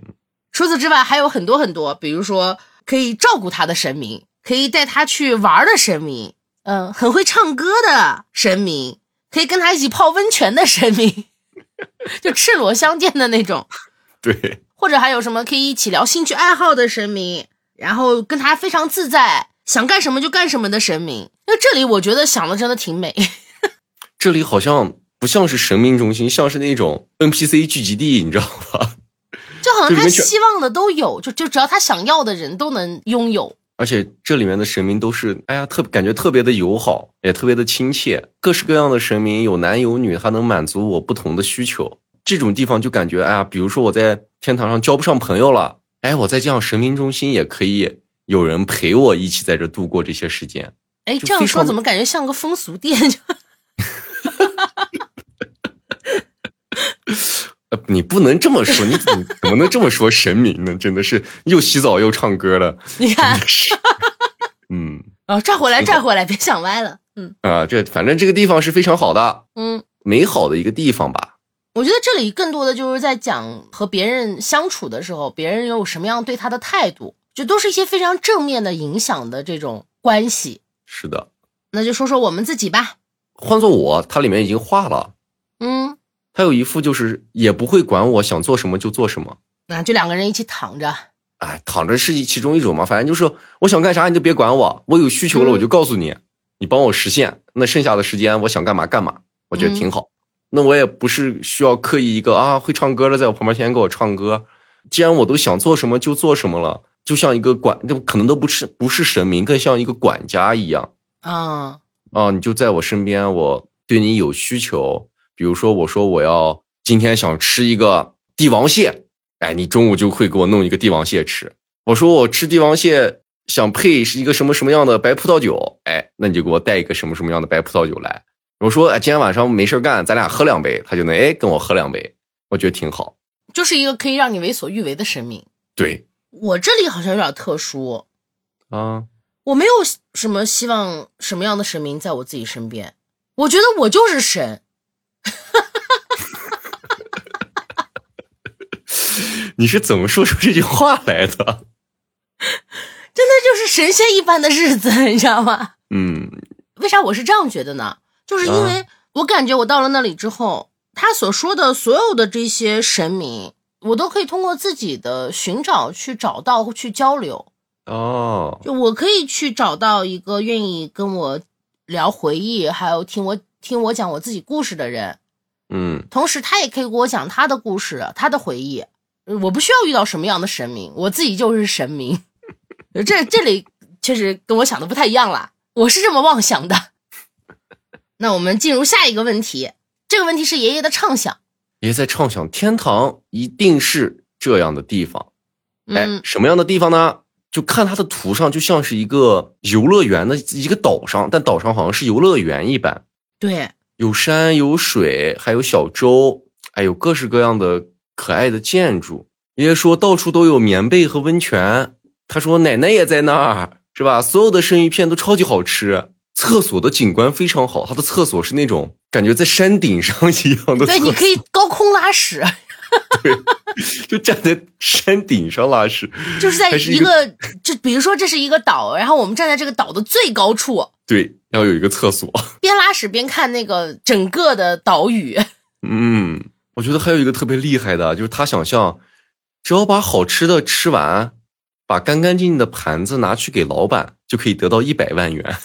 A: 除此之外，还有很多很多，比如说可以照顾他的神明，可以带他去玩儿的神明，嗯，很会唱歌的神明，可以跟他一起泡温泉的神明， 就赤裸相见的那种。
B: 对，
A: 或者还有什么可以一起聊兴趣爱好的神明，然后跟他非常自在，想干什么就干什么的神明。那这里我觉得想的真的挺美，
B: 这里好像不像是神明中心，像是那种 NPC 聚集地，你知道吧？
A: 就好像
B: 就里
A: 他
B: 面全
A: 希望的都有，就就只要他想要的人都能拥有。
B: 而且这里面的神明都是，哎呀，特感觉特别的友好，也特别的亲切，各式各样的神明有男有女，他能满足我不同的需求。这种地方就感觉，哎呀，比如说我在天堂上交不上朋友了，哎，我在这样神明中心也可以有人陪我一起在这度过这些时间。
A: 哎，
B: 就
A: 这样
B: 非
A: 说
B: 常
A: 怎么感觉像个风俗店？就
B: 呃，你不能这么说，你怎么怎么能这么说神明呢？真的是又洗澡又唱歌的，
A: 你看，
B: 是，嗯
A: 哦，转回来，
B: 挺
A: 转回来，别想歪了。嗯
B: 啊，这反正这个地方是非常好的，
A: 嗯，
B: 美好的一个地方吧。
A: 我觉得这里更多的就是在讲和别人相处的时候，别人有什么样对他的态度，就都是一些非常正面的影响的这种关系。
B: 是的，
A: 那就说说我们自己吧。
B: 换做我，它里面已经画了，
A: 嗯，
B: 它有一副就是也不会管我想做什么就做什么，
A: 那就两个人一起躺着。
B: 哎，躺着是其中一种嘛，反正就是我想干啥你就别管我，我有需求了
A: 嗯
B: 我就告诉你，你帮我实现，那剩下的时间我想干嘛干嘛，我觉得挺好。那我也不是需要刻意一个啊会唱歌的在我旁边天天给我唱歌，既然我都想做什么就做什么了，就像一个管，就可能都不是不是神明，更像一个管家一样。
A: 啊、
B: 啊，你就在我身边，我对你有需求，比如说我说我要今天想吃一个帝王蟹，哎，你中午就会给我弄一个帝王蟹吃。我说我吃帝王蟹想配是一个什么什么样的白葡萄酒，哎，那你就给我带一个什么什么样的白葡萄酒来。我说哎，今天晚上没事儿干，咱俩喝两杯，他就能哎跟我喝两杯，我觉得挺好。
A: 就是一个可以让你为所欲为的神明。
B: 对
A: 我这里好像有点特殊，
B: 啊，
A: 我没有什么希望什么样的神明在我自己身边。我觉得我就是神，
B: 你是怎么说出这句话来的？
A: 真的就是神仙一般的日子，你知道吗？
B: 嗯，
A: 为啥我是这样觉得呢？就是因为我感觉我到了那里之后，他所说的所有的这些神明，我都可以通过自己的寻找去找到、去交流。
B: 哦，
A: 就我可以去找到一个愿意跟我聊回忆，还有听我听我讲我自己故事的人，
B: 嗯，
A: 同时他也可以给我讲他的故事、他的回忆。呃我不需要遇到什么样的神明，我自己就是神明。呃这这里确实跟我想的不太一样啦，我是这么妄想的。那我们进入下一个问题，这个问题是爷爷的畅想。
B: 也在畅想天堂一定是这样的地方。哎
A: 嗯，，
B: 什么样的地方呢？就看它的图上，就像是一个游乐园的一个岛上，但岛上好像是游乐园一般，
A: 对，
B: 有山有水，还有小舟，哎，有各式各样的可爱的建筑。爷爷说到处都有棉被和温泉，他说奶奶也在那儿，是吧？所有的生鱼片都超级好吃，厕所的景观非常好，它的厕所是那种感觉在山顶上一样的厕所，
A: 对，你可以高空拉屎，
B: 就站在山顶上拉屎，
A: 就是在
B: 还是
A: 一
B: 一
A: 个，就比如说这是一个岛，然后我们站在这个岛的最高处，
B: 对，要有一个厕所。
A: 边拉屎边看那个整个的岛屿。
B: 嗯，我觉得还有一个特别厉害的，就是他想象，只要把好吃的吃完，把干干净净的盘子拿去给老板，就可以得到一百万元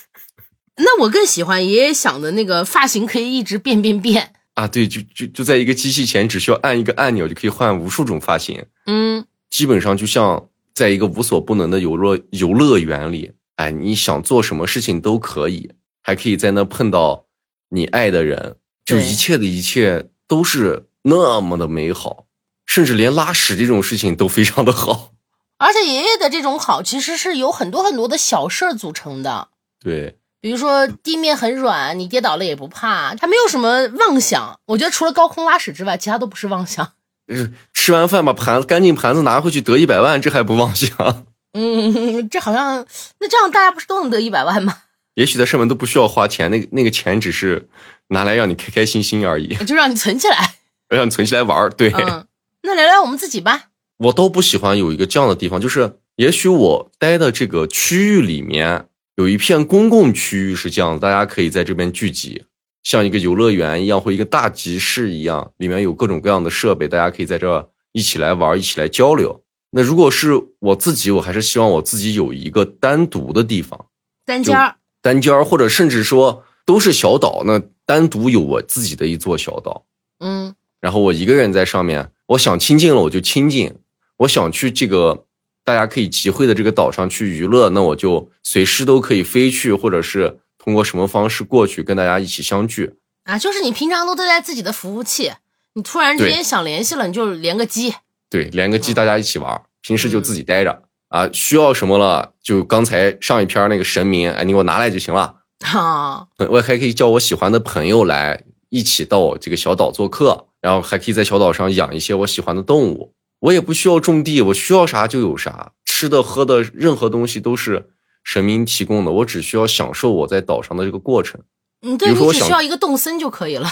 A: 那我更喜欢爷爷想的那个发型可以一直变变变。
B: 啊！对，就就就在一个机器前，只需要按一个按钮就可以换无数种发型，
A: 嗯，
B: 基本上就像在一个无所不能的游乐游乐园里，哎，你想做什么事情都可以，还可以在那碰到你爱的人，就
A: 对
B: 一切的一切都是那么的美好，甚至连拉屎这种事情都非常的好。
A: 而且爷爷的这种好其实是由很多很多的小事儿组成的，
B: 对，
A: 比如说地面很软，你跌倒了也不怕，他没有什么妄想。我觉得除了高空拉屎之外，其他都不是妄想。
B: 呃吃完饭把盘干净盘子拿回去得一百万，这还不妄想？
A: 嗯， 这好像那这样大家不是都能得一百万吗？
B: 也许在上面都不需要花钱，那个那个钱只是拿来让你开开心心而已，
A: 就让你存起来。
B: 让你存起来玩儿。 对、
A: 嗯，那聊聊我们自己吧。
B: 我都不喜欢有一个这样的地方，就是也许我待的这个区域里面有一片公共区域是这样的，大家可以在这边聚集，像一个游乐园一样或一个大集市一样，里面有各种各样的设备，大家可以在这儿一起来玩，一起来交流。那如果是我自己，我还是希望我自己有一个单独的地方，
A: 单间儿，
B: 单间儿，或者甚至说都是小岛，那单独有我自己的一座小岛，
A: 嗯
B: 然后我一个人在上面，我想亲近了我就亲近，我想去这个大家可以集会的这个岛上去娱乐，那我就随时都可以飞去，或者是通过什么方式过去跟大家一起相聚。
A: 啊，就是你平常都对待自己的服务器，你突然之
B: 对
A: 间想联系了，你就连个机，
B: 对，连个机
A: 嗯
B: 大家一起玩儿，平时就
A: 嗯
B: 自己待着啊，需要什么了就刚才上一篇儿那个神明，哎，你给我拿来就行了。
A: 哈、
B: 我还可以叫我喜欢的朋友来一起到我这个小岛做客，然后还可以在小岛上养一些我喜欢的动物。我也不需要种地，我需要啥就有啥，吃的喝的任何东西都是神明提供的，我只需要享受我在岛上的这个过程。
A: 你
B: 比
A: 对
B: 如
A: 你
B: 说我
A: 只
B: 想
A: 需要一个动森就可以了。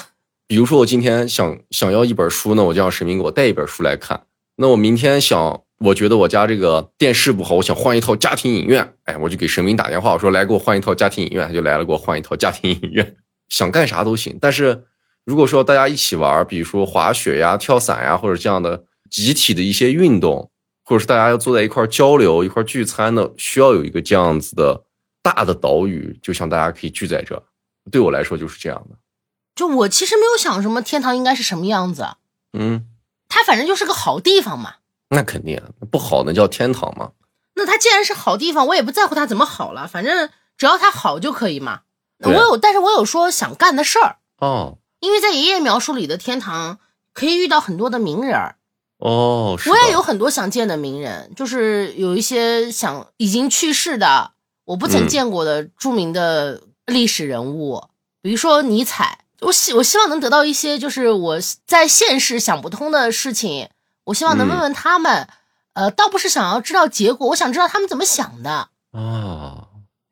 B: 比如说我今天想想要一本书呢，我就让神明给我带一本书来看。那我明天想，我觉得我家这个电视不好，我想换一套家庭影院，哎，我就给神明打电话，我说来给我换一套家庭影院，他就来了，给我换一套家庭影院。 想干啥都行，但是如果说大家一起玩，比如说滑雪呀、跳伞呀，或者这样的集体的一些运动，或者是大家要坐在一块儿交流、一块儿聚餐的，需要有一个这样子的大的岛屿，就像大家可以聚在这儿。对我来说就是这样的，
A: 就我其实没有想什么天堂应该是什么样子，
B: 嗯。
A: 它反正就是个好地方嘛。
B: 那肯定，啊不好能叫天堂吗？
A: 那它既然是好地方，我也不在乎它怎么好了，反正只要它好就可以嘛。我
B: 对
A: 有，但是我有说想干的事儿，
B: 哦
A: 因为在爷爷描述里的天堂可以遇到很多的名人儿，
B: 哦，是
A: 我也
B: 的
A: 有很多想见的名人，就是有一些想已经去世的，我不曾
B: 嗯
A: 见过的著名的历史人物，比如说尼采。我希我希望能得到一些就是我在现世想不通的事情，我希望
B: 嗯
A: 能问问他们，呃，倒不是想要知道结果，我想知道他们怎么想的，
B: 啊，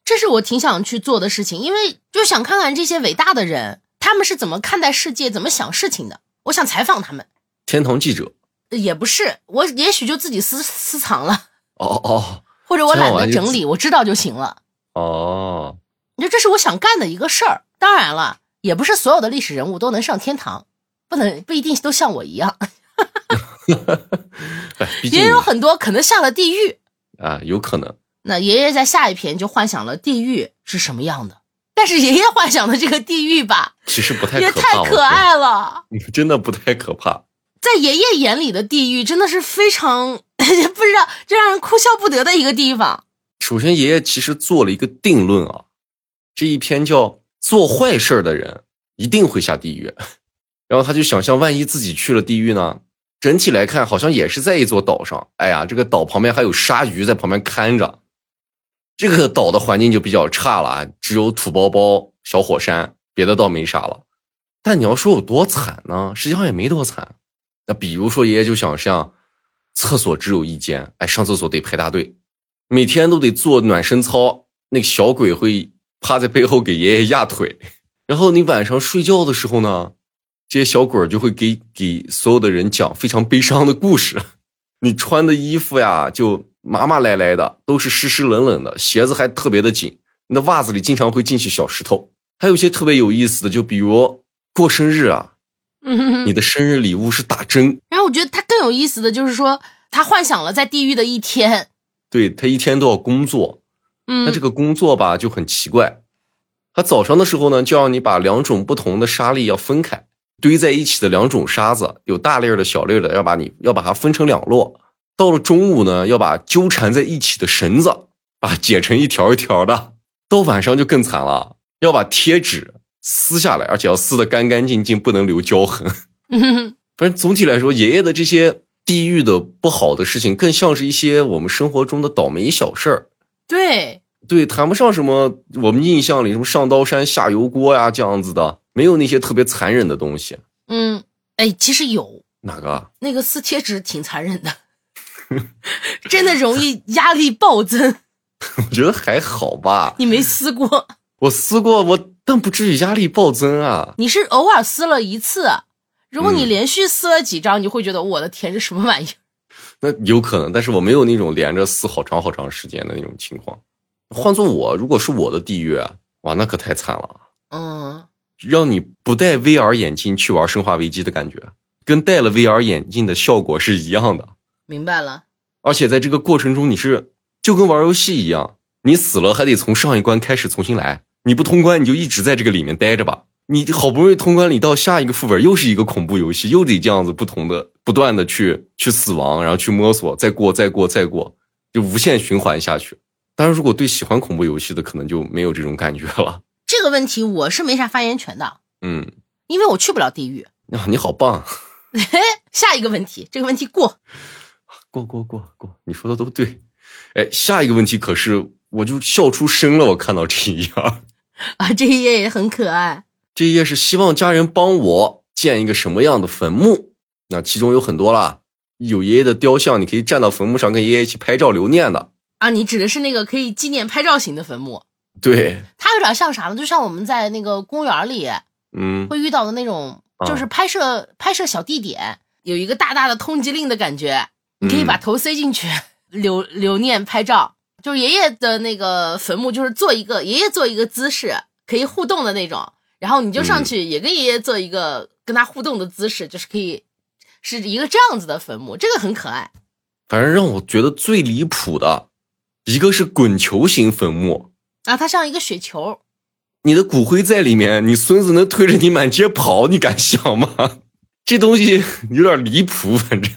A: 这是我挺想去做的事情，因为就想看看这些伟大的人他们是怎么看待世界、怎么想事情的，我想采访他们。
B: 天堂记者。
A: 也不是，我也许就自己私私藏了。
B: 哦哦
A: 或者我懒
B: 这样玩
A: 得
B: 就
A: 整理，我知道就行了。
B: 哦，
A: 你说这是我想干的一个事儿。当然了，也不是所有的历史人物都能上天堂，不能不一定都像我一样，
B: 哎，毕竟
A: 也有很多可能下了地狱。
B: 啊，有可能
A: 那爷爷在下一篇就幻想了地狱是什么样的，但是爷爷幻想的这个地狱吧，
B: 其实不太
A: 也
B: 可怕，
A: 太
B: 我觉
A: 可
B: 得，
A: 爱了。
B: 真的不太可怕。
A: 在爷爷眼里的地狱真的是非常 不知道，这让人哭笑不得的一个地方。
B: 首先，爷爷其实做了一个定论啊，这一篇叫“做坏事儿的人一定会下地狱”， 然后他就想象，万一自己去了地狱呢？整体来看，好像也是在一座岛上。哎呀，这个岛旁边还有鲨鱼在旁边看着，这个岛的环境就比较差了啊，只有土包包、小火山，别的倒没啥了。但你要说有多惨呢？实际上也没多惨。那比如说，爷爷就想象，厕所只有一间，哎，上厕所得排大队，每天都得做暖身操，那个小鬼会趴在背后给爷爷压腿。 然后你晚上睡觉的时候呢，这些小鬼儿就会给给所有的人讲非常悲伤的故事。 你穿的衣服呀，就麻麻赖赖的，都是湿湿冷冷的，鞋子还特别的紧，你的袜子里经常会进去小石头。还有一些特别有意思的，就比如过生日啊，
A: 嗯，
B: 你的生日礼物是打针，
A: 然后我觉得他更有意思的就是说，他幻想了在地狱的一天。
B: 对他一天都要工作，
A: 嗯，
B: 那这个工作吧就很奇怪，他早上的时候呢，就让你把两种不同的沙粒要分开，堆在一起的两种沙子，有大粒儿的小粒儿的，要把你要把它分成两摞。到了中午呢，要把纠缠在一起的绳子把它解成一条一条的。到晚上就更惨了，要把贴纸撕下来，而且要撕得干干净净，不能留胶痕。
A: 嗯，
B: 反正总体来说，爷爷的这些地狱的不好的事情，更像是一些我们生活中的倒霉小事儿。
A: 对，
B: 对，谈不上什么我们印象里什么上刀山下油锅呀这样子的，没有那些特别残忍的东西。
A: 嗯，哎，其实有
B: 哪个 啊？
A: 那个撕贴纸挺残忍的， 真的容易压力暴增。
B: 我觉得还好吧。
A: 你没撕过，
B: 我撕过，我但不至于压力暴增啊。
A: 你是偶尔撕了一次。如果你
B: 嗯
A: 连续撕了几张，你会觉得我的天，这什么玩意儿？
B: 那有可能，但是我没有那种连着撕好长好长时间的那种情况。换做我，如果是我的地狱，啊哇，那可太惨了，
A: 嗯，
B: 让你不戴 VR 眼镜去玩《生化危机》的感觉，跟戴了 VR 眼镜的效果是一样的。
A: 明白了。
B: 而且在这个过程中，你是就跟玩游戏一样，你死了还得从上一关开始重新来，你不通关你就一直在这个里面待着吧，你好不容易通关了，你到下一个副本又是一个恐怖游戏，又得这样子不同的、不断的去去死亡，然后去摸索，再过、再过、再过，就无限循环下去。当然，如果对喜欢恐怖游戏的，可能就没有这种感觉了。
A: 这个问题我是没啥发言权的，
B: 嗯，
A: 因为我去不了地狱。
B: 啊，你好棒，
A: 下一个问题，这个问题过，
B: 过过过过，你说的都对。哎，下一个问题可是我就笑出声了，我看到这一页儿，
A: 啊，这一页也很可爱。
B: 这一页是希望家人帮我建一个什么样的坟墓？那其中有很多啦，有爷爷的雕像，你可以站到坟墓上跟爷爷一起拍照留念的。
A: 啊，你指的是那个可以纪念拍照型的坟墓，
B: 对，
A: 它有点像啥呢？就像我们在那个公园里
B: 嗯，
A: 会遇到的那种，
B: 啊
A: 就是拍摄、拍摄小地点，有一个大大的通缉令的感觉，你可以把头塞进去、留留念拍照。就是爷爷的那个坟墓，就是做一个爷爷做一个姿势，可以互动的那种，然后你就上去也跟爷爷做一个跟他互动的姿势，就是可以是一个这样子的坟墓，这个很可爱。
B: 反正让我觉得最离谱的，一个是滚球型坟墓，
A: 然后它像一个雪球，
B: 你的骨灰在里面，你孙子能推着你满街跑，你敢想吗？ 这东西有点离谱，反正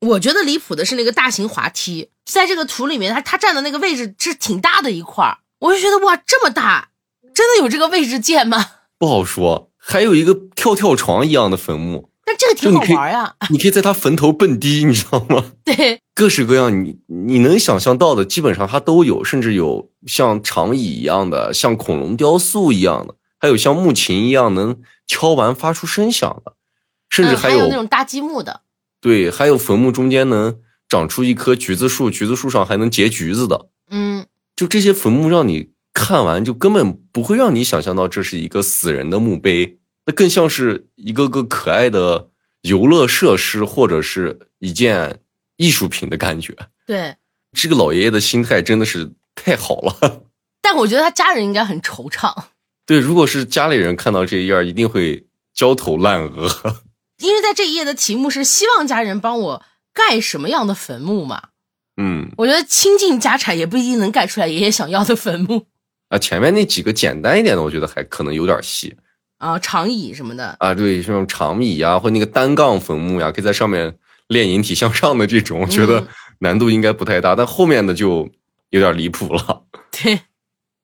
A: 我觉得离谱的是那个大型滑梯，在这个图里面，它它占的那个位置是挺大的一块儿，我就觉得哇，这么大，真的有这个位置建吗？
B: 不好说。还有一个跳跳床一样的坟墓，
A: 但这个挺
B: 就
A: 好
B: 你可以
A: 玩 呀、
B: 你可以在他坟头蹦迪，你知道吗？
A: 对，
B: 各式各样，你你能想象到的，基本上它都有，甚至有像长椅一样的，像恐龙雕塑一样的，还有像木琴一样能敲完发出声响的，甚至
A: 嗯、还
B: 有,、
A: 那种搭积木的，
B: 对，还有坟墓中间能长出一棵橘子树，橘子树上还能结橘子的，
A: 嗯，
B: 就这些坟墓让你看完就根本不会让你想象到这是一个死人的墓碑，那更像是一个个可爱的游乐设施或者是一件艺术品的感觉。
A: 对。
B: 这个老爷爷的心态真的是太好了。
A: 但我觉得他家人应该很惆怅，
B: 对，如果是家里人看到这一页，一定会焦头烂额。
A: 因为在这一页的题目是希望家人帮我盖什么样的坟墓嘛。
B: 嗯，
A: 我觉得倾尽家产也不一定能盖出来爷爷想要的坟墓
B: 啊，前面那几个简单一点的，我觉得还可能有点戏
A: 啊，长椅什么的，
B: 啊。对，像长椅啊，或那个单杠坟墓呀、可以在上面练引体向上的这种，我觉得
A: 嗯
B: 难度应该不太大。但后面的就有点离谱了。
A: 对。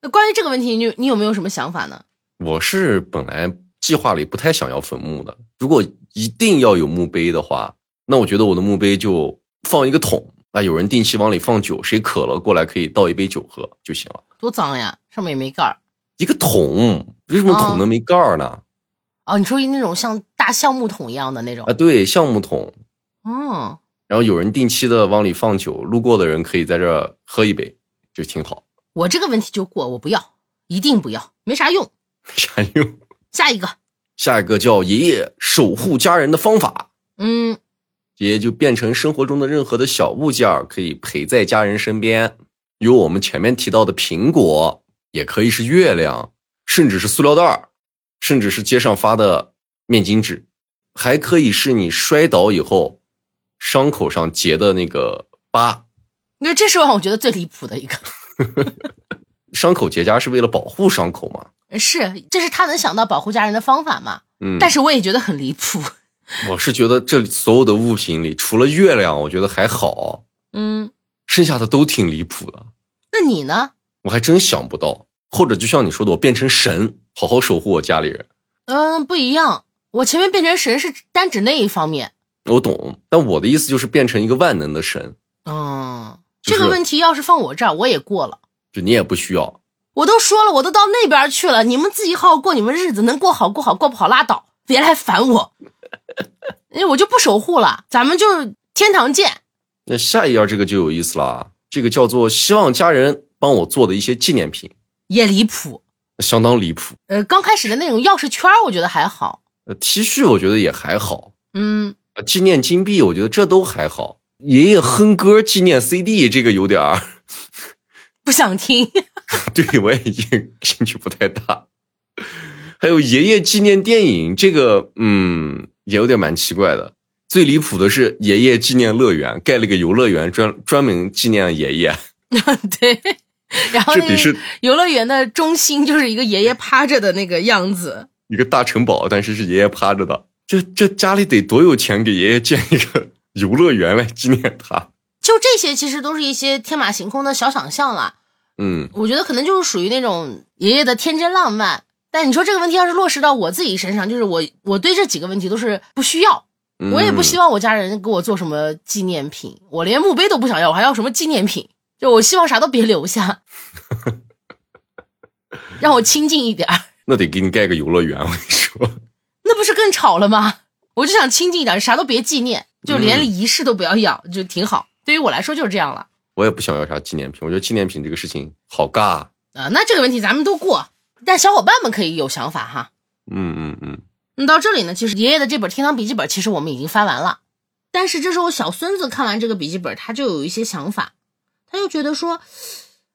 A: 那关于这个问题，你你有没有什么想法呢？
B: 我是本来计划里不太想要坟墓的，如果一定要有墓碑的话，那我觉得我的墓碑就放一个桶，那有人定期往里放酒，谁渴了过来可以倒一杯酒喝就行了。
A: 多脏呀，上面也没盖儿。
B: 一个桶，为什么
A: 哦
B: 桶能没盖儿呢？
A: 哦，你说那种像大橡木桶一样的那种
B: 啊，？对，橡木桶，
A: 嗯，
B: 然后有人定期的往里放酒，路过的人可以在这儿喝一杯，就挺好，
A: 我这个问题就过，我不要，一定不要，没啥用。
B: 没啥用。
A: 下一个，
B: 下一个叫爷爷守护家人的方法，
A: 嗯，
B: 也就变成生活中的任何的小物件儿，可以陪在家人身边。有我们前面提到的苹果，也可以是月亮，甚至是塑料袋儿，甚至是街上发的面巾纸，还可以是你摔倒以后伤口上结的那个疤。
A: 因为这是让我觉得最离谱的一个，
B: 伤口结痂是为了保护伤口嘛？
A: 呃是，这是他能想到保护家人的方法嘛？
B: 嗯，
A: 但是我也觉得很离谱。
B: 我是觉得这所有的物品里，除了月亮，我觉得还好，
A: 嗯，
B: 剩下的都挺离谱的。
A: 那你呢？
B: 我还真想不到。或者就像你说的，我变成神，好好守护我家里人。
A: 嗯，不一样。我前面变成神是单指那一方面。
B: 我懂，但我的意思就是变成一个万能的神，
A: 嗯，
B: 就
A: 这
B: 是
A: 个问题要是放我这儿，我也过了。
B: 就你也不需要。
A: 我都说了，我都到那边去了，你们自己好好过你们日子，能过好过好，过不好拉倒，别来烦 我。因为我就不守护了，咱们就是天堂见。
B: 那下一页这个就有意思啦，这个叫做希望家人帮我做的一些纪念品，
A: 也离谱。
B: 相当离谱。
A: 呃，刚开始的那种钥匙圈儿，我觉得还好。
B: 呃，T 恤我觉得也还好，
A: 嗯，
B: 呃纪念金币我觉得这都还好。爷爷哼歌纪念 CD 这个有点儿，
A: 不想听。
B: 对我也已经 兴趣不太大。还有爷爷纪念电影，这个嗯也有点蛮奇怪的。最离谱的是爷爷纪念乐园，盖了个游乐园专专门纪念爷爷，
A: 对，然后
B: 这
A: 那
B: 比
A: 个
B: 是
A: 游乐园的中心就是一个爷爷趴着的那个样子，
B: 一个大城堡，但是是爷爷趴着的。这这家里得多有钱，给爷爷建一个 游乐园来纪念他。
A: 就这些，其实都是一些天马行空的小想象啦。
B: 嗯，
A: 我觉得可能就是属于那种爷爷的天真浪漫。但你说这个问题要是落实到我自己身上，就是我我对这几个问题都是不需要，
B: 嗯
A: 我也不希
B: 望。
A: 望我家人给我做什么纪念品，我连墓碑都不想要，我还要什么纪念品？就我希望啥都别留下，让我清静一点儿，
B: 那得给你盖个游乐园，我跟你说。
A: 那不是更吵了吗？我就想清静一点，啥都别纪念，就连仪式都不要要，就挺好。对于我来说就是这样了
B: 我也不想要啥纪念品，我觉得纪念品这个事情好尬啊。
A: 啊、那这个问题咱们都过，但小伙伴们可以有想法哈。
B: 嗯嗯嗯，
A: 那到这里呢，其实爷爷的这本《天堂笔记本》其实我们已经翻完了，但是这时候小孙子看完这个笔记本，他就有一些想法，他就觉得说，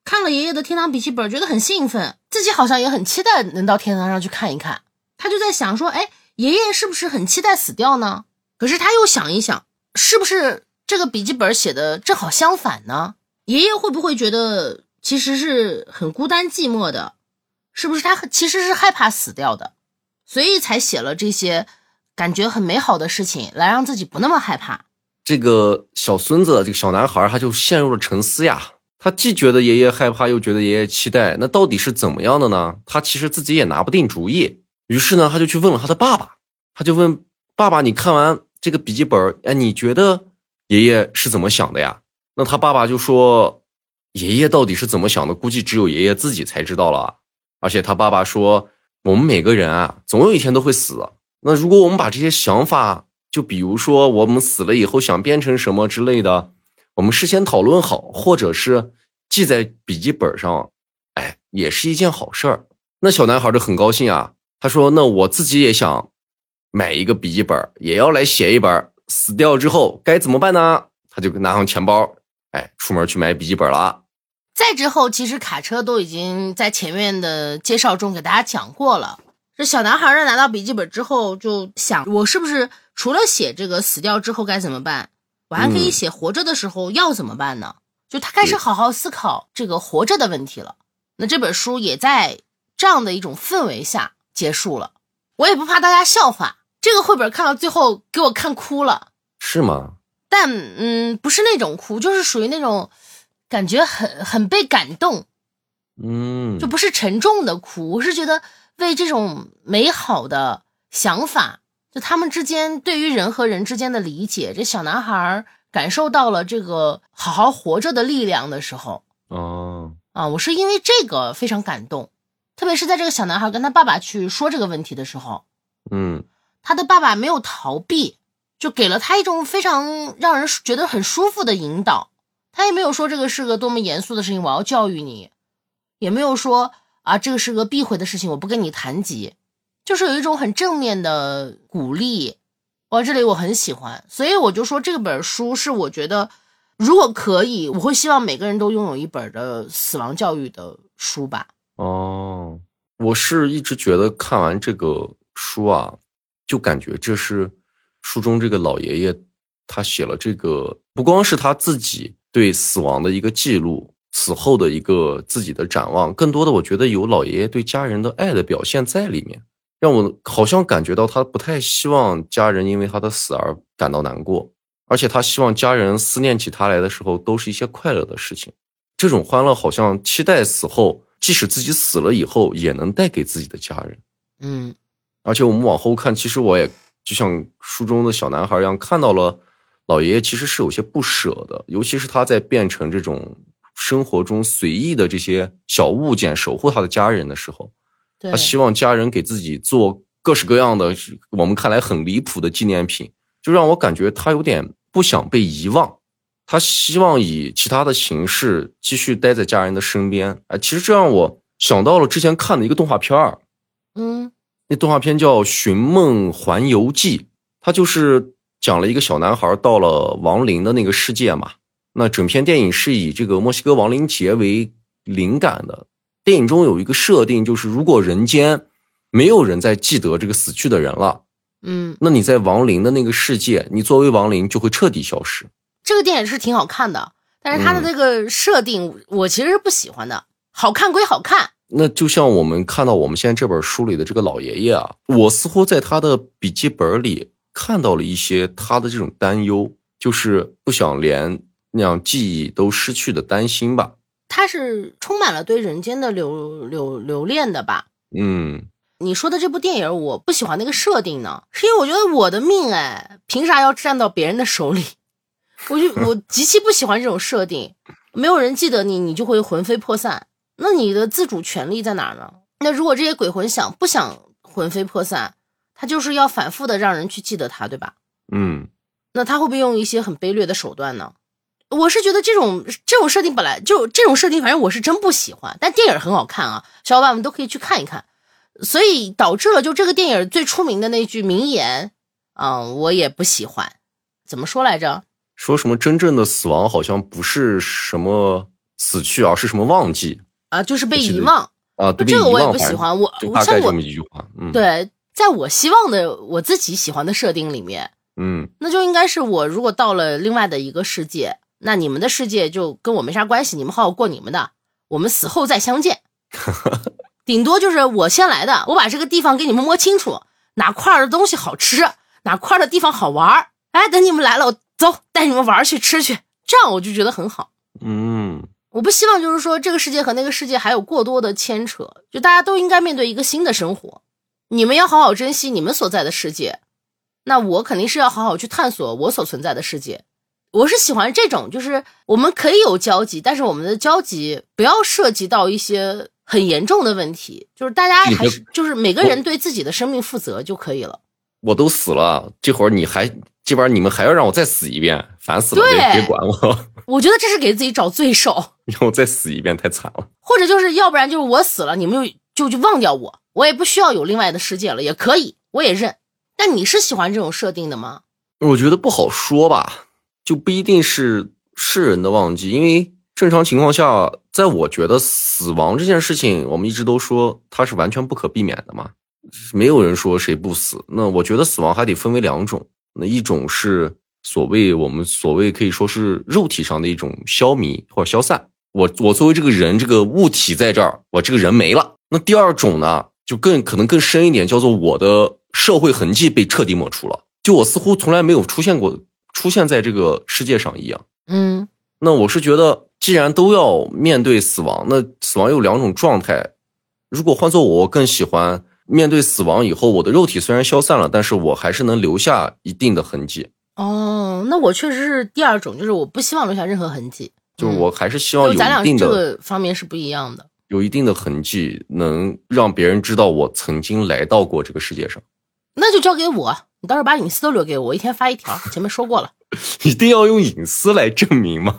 A: 看了爷爷的《天堂笔记本》，觉得很兴奋，自己好像也很期待能到天堂上去看一看。他就在想说，哎，爷爷是不是很期待死掉呢？可是他又想一想，是不是这个笔记本写的正好相反呢？爷爷会不会觉得其实是很孤单寂寞的？是不是他其实是害怕死掉的？所以才写了这些感觉很美好的事情，来让自己不那么害怕。
B: 这个小孙子，这个小男孩，他就陷入了沉思呀。他既觉得爷爷害怕，又觉得爷爷期待，那到底是怎么样的呢？他其实自己也拿不定主意。于是呢，他就去问了他的爸爸，他就问爸爸：“你看完这个笔记本，哎，你觉得爷爷是怎么想的呀？”那他爸爸就说：“爷爷到底是怎么想的，估计只有爷爷自己才知道了啊。”而且他爸爸说，我们每个人啊，总有一天都会死。那如果我们把这些想法，就比如说我们死了以后想变成什么之类的，我们事先讨论好，或者是记在笔记本上，哎，也是一件好事儿。那小男孩就很高兴啊，他说：“那我自己也想买一个笔记本，也要来写一本。死掉之后该怎么办呢？”他就拿上钱包，哎，出门去买笔记本了。啊
A: 再之后，其实卡车都已经在前面的介绍中给大家讲过了。这小男孩儿呢拿到笔记本之后，就想我是不是除了写这个死掉之后该怎么办，我还可以
B: 嗯
A: 写活着的时候要怎么办呢？就他开始
B: 对
A: 好好思考这个活着的问题了。那这本书也在这样的一种氛围下结束了。我也不怕大家笑话，这个绘本看到最后给我看哭了。
B: 是吗？
A: 但嗯，不是那种哭，就是属于那种感觉很很被感动，
B: 嗯，
A: 就不是沉重的哭，我是觉得为这种美好的想法，就他们之间对于人和人之间的理解，这小男孩儿感受到了这个好好活着的力量的时候
B: 哦，
A: 啊，我是因为这个非常感动，特别是在这个小男孩跟他爸爸去说这个问题的时候，
B: 嗯
A: 他的爸爸没有逃避，就给了他一种非常让人觉得很舒服的引导。他也没有说这个是个多么严肃的事情，我要教育你，也没有说啊这个是个避讳的事情，我不跟你谈及，就是有一种很正面的鼓励。哇，这里我很喜欢，所以我就说这本书是我觉得如果可以，我会希望每个人都拥有一本的死亡教育的书吧。
B: 哦，我是一直觉得看完这个书啊，就感觉这是书中这个老爷爷他写了这个，不光是他自己对死亡的一个记录，死后的一个自己的展望，更多的我觉得有老爷爷对家人的爱的表现在里面，让我好像感觉到他不太希望家人因为他的死而感到难过，而且他希望家人思念起他来的时候都是一些快乐的事情。这种欢乐好像期待死后，即使自己死了以后，也能带给自己的家人。
A: 嗯，
B: 而且我们往后看，其实我也就像书中的小男孩一样，看到了老爷爷其实是有些不舍的，尤其是他在变成这种生活中随意的这些小物件守护他的家人的时候，
A: 对
B: 他，啊希望家人给自己做各式各样的我们看来很离谱的纪念品，就让我感觉他有点不想被遗忘，他希望以其他的形式继续待在家人的身边。哎，其实这让我想到了之前看的一个动画片儿，
A: 嗯
B: 那动画片叫《寻梦环游记》，它就是讲了一个小男孩到了亡灵的那个世界嘛。那整篇电影是以这个墨西哥亡灵节为灵感的。电影中有一个设定，就是如果人间没有人再记得这个死去的人了，
A: 嗯，
B: 那你在亡灵的那个世界，你作为亡灵就会彻底消失。
A: 这个电影是挺好看的，但是它的
B: 嗯
A: 这个设定我其实是不喜欢的。好看归好看，
B: 那就像我们看到我们现在这本书里的这个老爷爷啊，我似乎在他的笔记本里看到了一些他的这种担忧，就是不想连那样记忆都失去的担心吧。
A: 他是充满了对人间的留留留恋的吧？
B: 嗯，
A: 你说的这部电影，我不喜欢那个设定呢，是因为我觉得我的命哎，凭啥要站到别人的手里？ 我就我极其不喜欢这种设定，没有人记得你，你就会魂飞魄散。那你的自主权利在哪儿呢？那如果这些鬼魂想不想魂飞魄散，他就是要反复的让人去记得他，对吧？
B: 嗯，
A: 那他会不会用一些很卑劣的手段呢？我是觉得这种这种设定本来就这种设定，反正我是真不喜欢。但电影很好看啊，小伙伴们都可以去看一看。所以导致了就这个电影最出名的那句名言，嗯，我也不喜欢。怎么说来着？
B: 说什么真正的死亡好像不是什么死去啊，是什么忘记
A: 啊，就是被遗忘
B: 啊？对，
A: 这个我也不
B: 被遗忘
A: 喜欢。我
B: 反正就
A: 我
B: 大
A: 像
B: 概
A: 我
B: 这么一句话。嗯，，
A: 对，在我希望的我自己喜欢的设定里面，
B: 嗯
A: 那就应该是我如果到了另外的一个世界，那你们的世界就跟我没啥关系，你们好好过你们的，我们死后再相见。顶多就是我先来的，我把这个地方给你们摸清楚，哪块儿的东西好吃，哪块儿的地方好玩儿。哎，等你们来了，我走，带你们玩儿去吃去，这样我就觉得很好。
B: 嗯，
A: 我不希望就是说这个世界和那个世界还有过多的牵扯，就大家都应该面对一个新的生活。你们要好好珍惜你们所在的世界，那我肯定是要好好去探索我所存在的世界。我是喜欢这种，就是我们可以有交集，但是我们的交集不要涉及到一些很严重的问题，就是大家还是就是每个人对自己的生命负责就可以了。
B: 我都死了，这会儿你还这边你们还要让我再死一遍，烦死了，
A: 对
B: 别别管我，
A: 我觉得这是给自己找罪受。
B: 让我再死一遍太惨了。
A: 或者就是要不然就是我死了，你们就就就忘掉我，我也不需要有另外的世界了，也可以，我也认。但你是喜欢这种设定的吗？
B: 我觉得不好说吧，就不一定是世人的忘记，因为正常情况下，在我觉得死亡这件事情，我们一直都说它是完全不可避免的嘛，没有人说谁不死。那我觉得死亡还得分为两种，那一种是所谓我们所谓可以说是肉体上的一种消弭或者消散，我我作为这个人这个物体在这儿，我这个人没了。那第二种呢，就更可能更深一点，叫做我的社会痕迹被彻底抹除了，就我似乎从来没有出现过出现在这个世界上一样。
A: 嗯，
B: 那我是觉得，既然都要面对死亡，那死亡有两种状态。如果换做我，我更喜欢面对死亡以后，我的肉体虽然消散了，但是我还是能留下一定的痕迹。
A: 哦，那我确实是第二种，就是我不希望留下任何痕迹。
B: 就是我还是希望
A: 嗯，
B: 有
A: 就咱俩
B: 一定
A: 这
B: 的、
A: 个方面是不一样的。
B: 有一定的痕迹，能让别人知道我曾经来到过这个世界上。
A: 那就交给我，你到时候把隐私都留给我，我一天发一条。前面说过了，
B: 一定要用隐私来证明吗？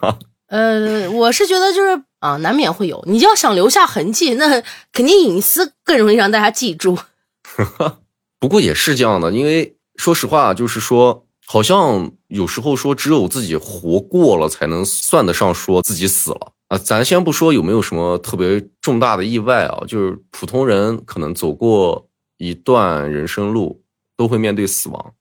A: 呃，我是觉得就是啊，难免会有。你要想留下痕迹，那肯定隐私更容易让大家记住。
B: 不过也是这样的，因为说实话，就是说，好像有时候说只有自己活过了，才能算得上说自己死了啊。咱先不说有没有什么特别重大的意外啊，就是普通人可能走过一段人生路，都会面对死亡。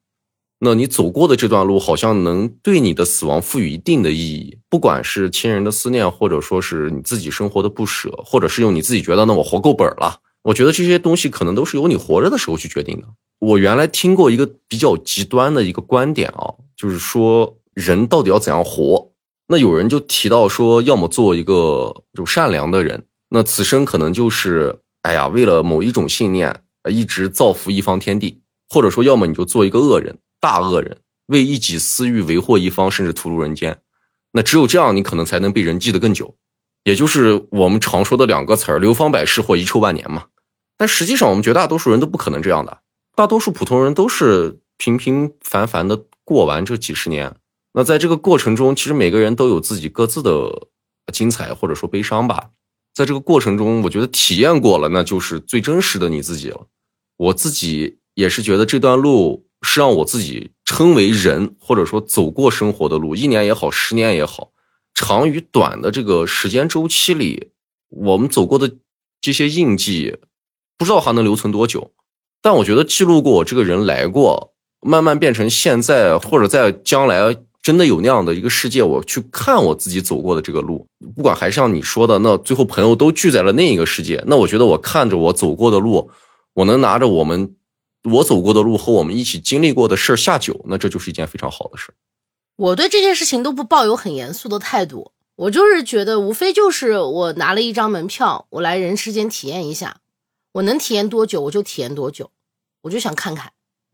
B: 那你走过的这段路，好像能对你的死亡赋予一定的意义，不管是亲人的思念，或者说是你自己生活的不舍，或者是用你自己觉得那我活够本儿了，我觉得这些东西可能都是由你活着的时候去决定的。我原来听过一个比较极端的一个观点啊，就是说人到底要怎样活？那有人就提到说，要么做一个就善良的人，那此生可能就是哎呀，为了某一种信念，呃一直造福一方天地，或者说，要么你就做一个恶人，大恶人，为一己私欲为祸一方，甚至屠戮人间。那只有这样，你可能才能被人记得更久，也就是我们常说的两个词儿“流芳百世”或“遗臭万年”嘛。但实际上，我们绝大多数人都不可能这样的，啊大多数普通人都是平平凡凡的过完这几十年。那在这个过程中，其实每个人都有自己各自的精彩或者说悲伤吧。在这个过程中，我觉得体验过了，那就是最真实的你自己了。我自己也是觉得这段路是让我自己称为人，或者说走过生活的路，一年也好，十年也好，长与短的这个时间周期里，我们走过的这些印记，不知道还能留存多久。但我觉得记录过我这个人来过，慢慢变成现在，或者在将来真的有那样的一个世界，我去看我自己走过的这个路，不管还是像你说的，那最后朋友都聚在了那一个世界，那我觉得我看着我走过的路，我能拿着我们我走过的路和我们一起经历过的事儿下酒，那这就是一件非常好的事儿。
A: 我对这件事情都不抱有很严肃的态度，我就是觉得无非就是我拿了一张门票，我来人世间体验一下，我能体验多久我就体验多久，我就想看看。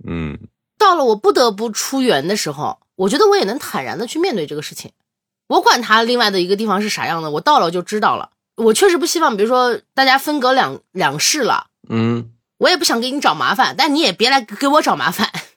B: 嗯，
A: 到了我不得不出园的时候，我觉得我也能坦然的去面对这个事情。我管他另外的一个地方是啥样的，我到了就知道了。我确实不希望，比如说大家分隔两两世了，
B: 嗯，
A: 我也不想给你找麻烦，但你也别来给我找麻烦。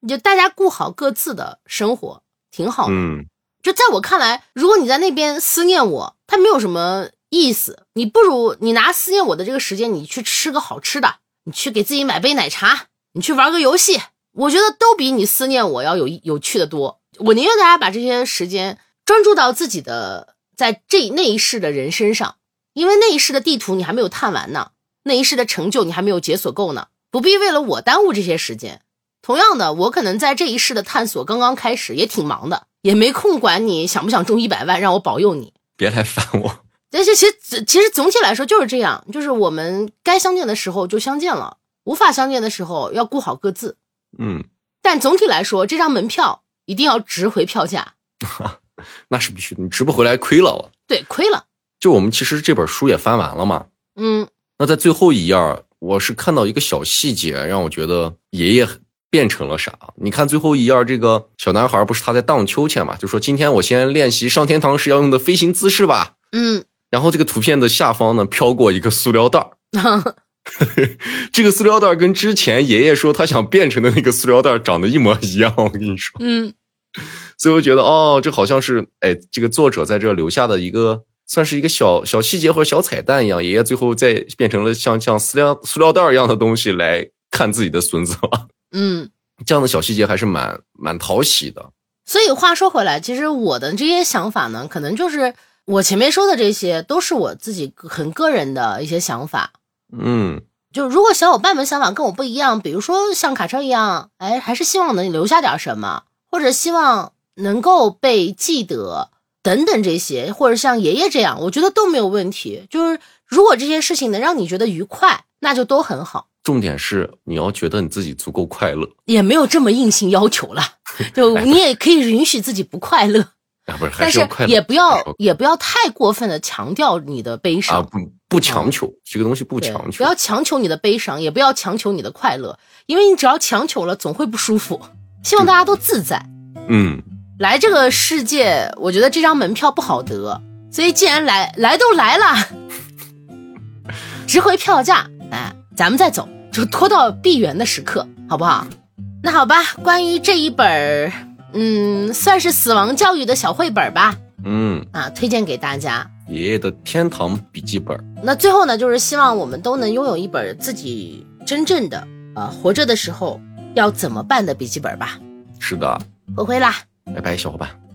A: 你就大家顾好各自的生活，挺好的。
B: 嗯，
A: 就在我看来，如果你在那边思念我，它没有什么意思。你不如你拿思念我的这个时间，你去吃个好吃的，你去给自己买杯奶茶，你去玩个游戏，我觉得都比你思念我要有有趣的多。我宁愿大家把这些时间专注到自己的在这那一世的人身上，因为那一世的地图你还没有探完呢，那一世的成就你还没有解锁够呢，不必为了我耽误这些时间。同样的，我可能在这一世的探索刚刚开始，也挺忙的，也没空管你想不想中一百万，让我保佑你。
B: 别来烦我。
A: 但是其实其实总体来说就是这样，就是我们该相见的时候就相见了，无法相见的时候要顾好各自。
B: 嗯，
A: 但总体来说，这张门票一定要值回票价，
B: 那是必须的，你值不回来亏了我。
A: 对，亏了。
B: 就我们其实这本书也翻完了嘛，
A: 嗯，
B: 那在最后一页儿，我是看到一个小细节，让我觉得爷爷变成了啥？你看最后一页儿，这个小男孩不是他在荡秋千嘛，就说今天我先练习上天堂时要用的飞行姿势吧。
A: 嗯，
B: 然后这个图片的下方呢，飘过一个塑料袋儿。这个塑料袋儿跟之前爷爷说他想变成的那个塑料袋儿长得一模一样，我跟你说，
A: 嗯，
B: 所以我觉得哦，这好像是哎，这个作者在这留下的一个算是一个小小细节或者小彩蛋一样。爷爷最后再变成了像像塑料塑料袋儿一样的东西来看自己的孙子 了，
A: 嗯。
B: 这样的小细节还是蛮蛮讨喜的。
A: 所以话说回来，其实我的这些想法呢，可能就是我前面说的这些，都是我自己很个人的一些想法。
B: 嗯
A: 就如果小伙伴们想法跟我不一样，比如说像卡车一样，哎，还是希望能留下点什么，或者希望能够被记得等等这些，或者像爷爷这样，我觉得都没有问题。就是如果这些事情能让你觉得愉快，那就都很好，
B: 重点是你要觉得你自己足够快乐
A: 也没有这么硬性要求了。 就你也可以允许自己不快乐，
B: 啊，不是 还
A: 但
B: 是要快乐，哎
A: 也不
B: 还
A: 要
B: 是快乐
A: 也不要太过分的强调你的悲伤
B: 啊，不不强求，这个东西不
A: 嗯对
B: 强求，
A: 不要强求你的悲伤，也不要强求你的快乐，因为你只要强求了，总会不舒服。希望大家都自在。
B: 嗯。
A: 来这个世界，我觉得这张门票不好得，所以既然来来都来了， 值回票价，哎，咱们再走，就拖到闭园的时刻，好不好？那好吧，关于这一本儿，嗯，算是死亡教育的小绘本吧，
B: 嗯，
A: 啊，推荐给大家。
B: 爷爷的天堂笔记本。
A: 那最后呢，就是希望我们都能拥有一本自己真正的呃活着的时候要怎么办的笔记本吧。
B: 是的，
A: 回回啦。
B: 拜拜，小伙伴。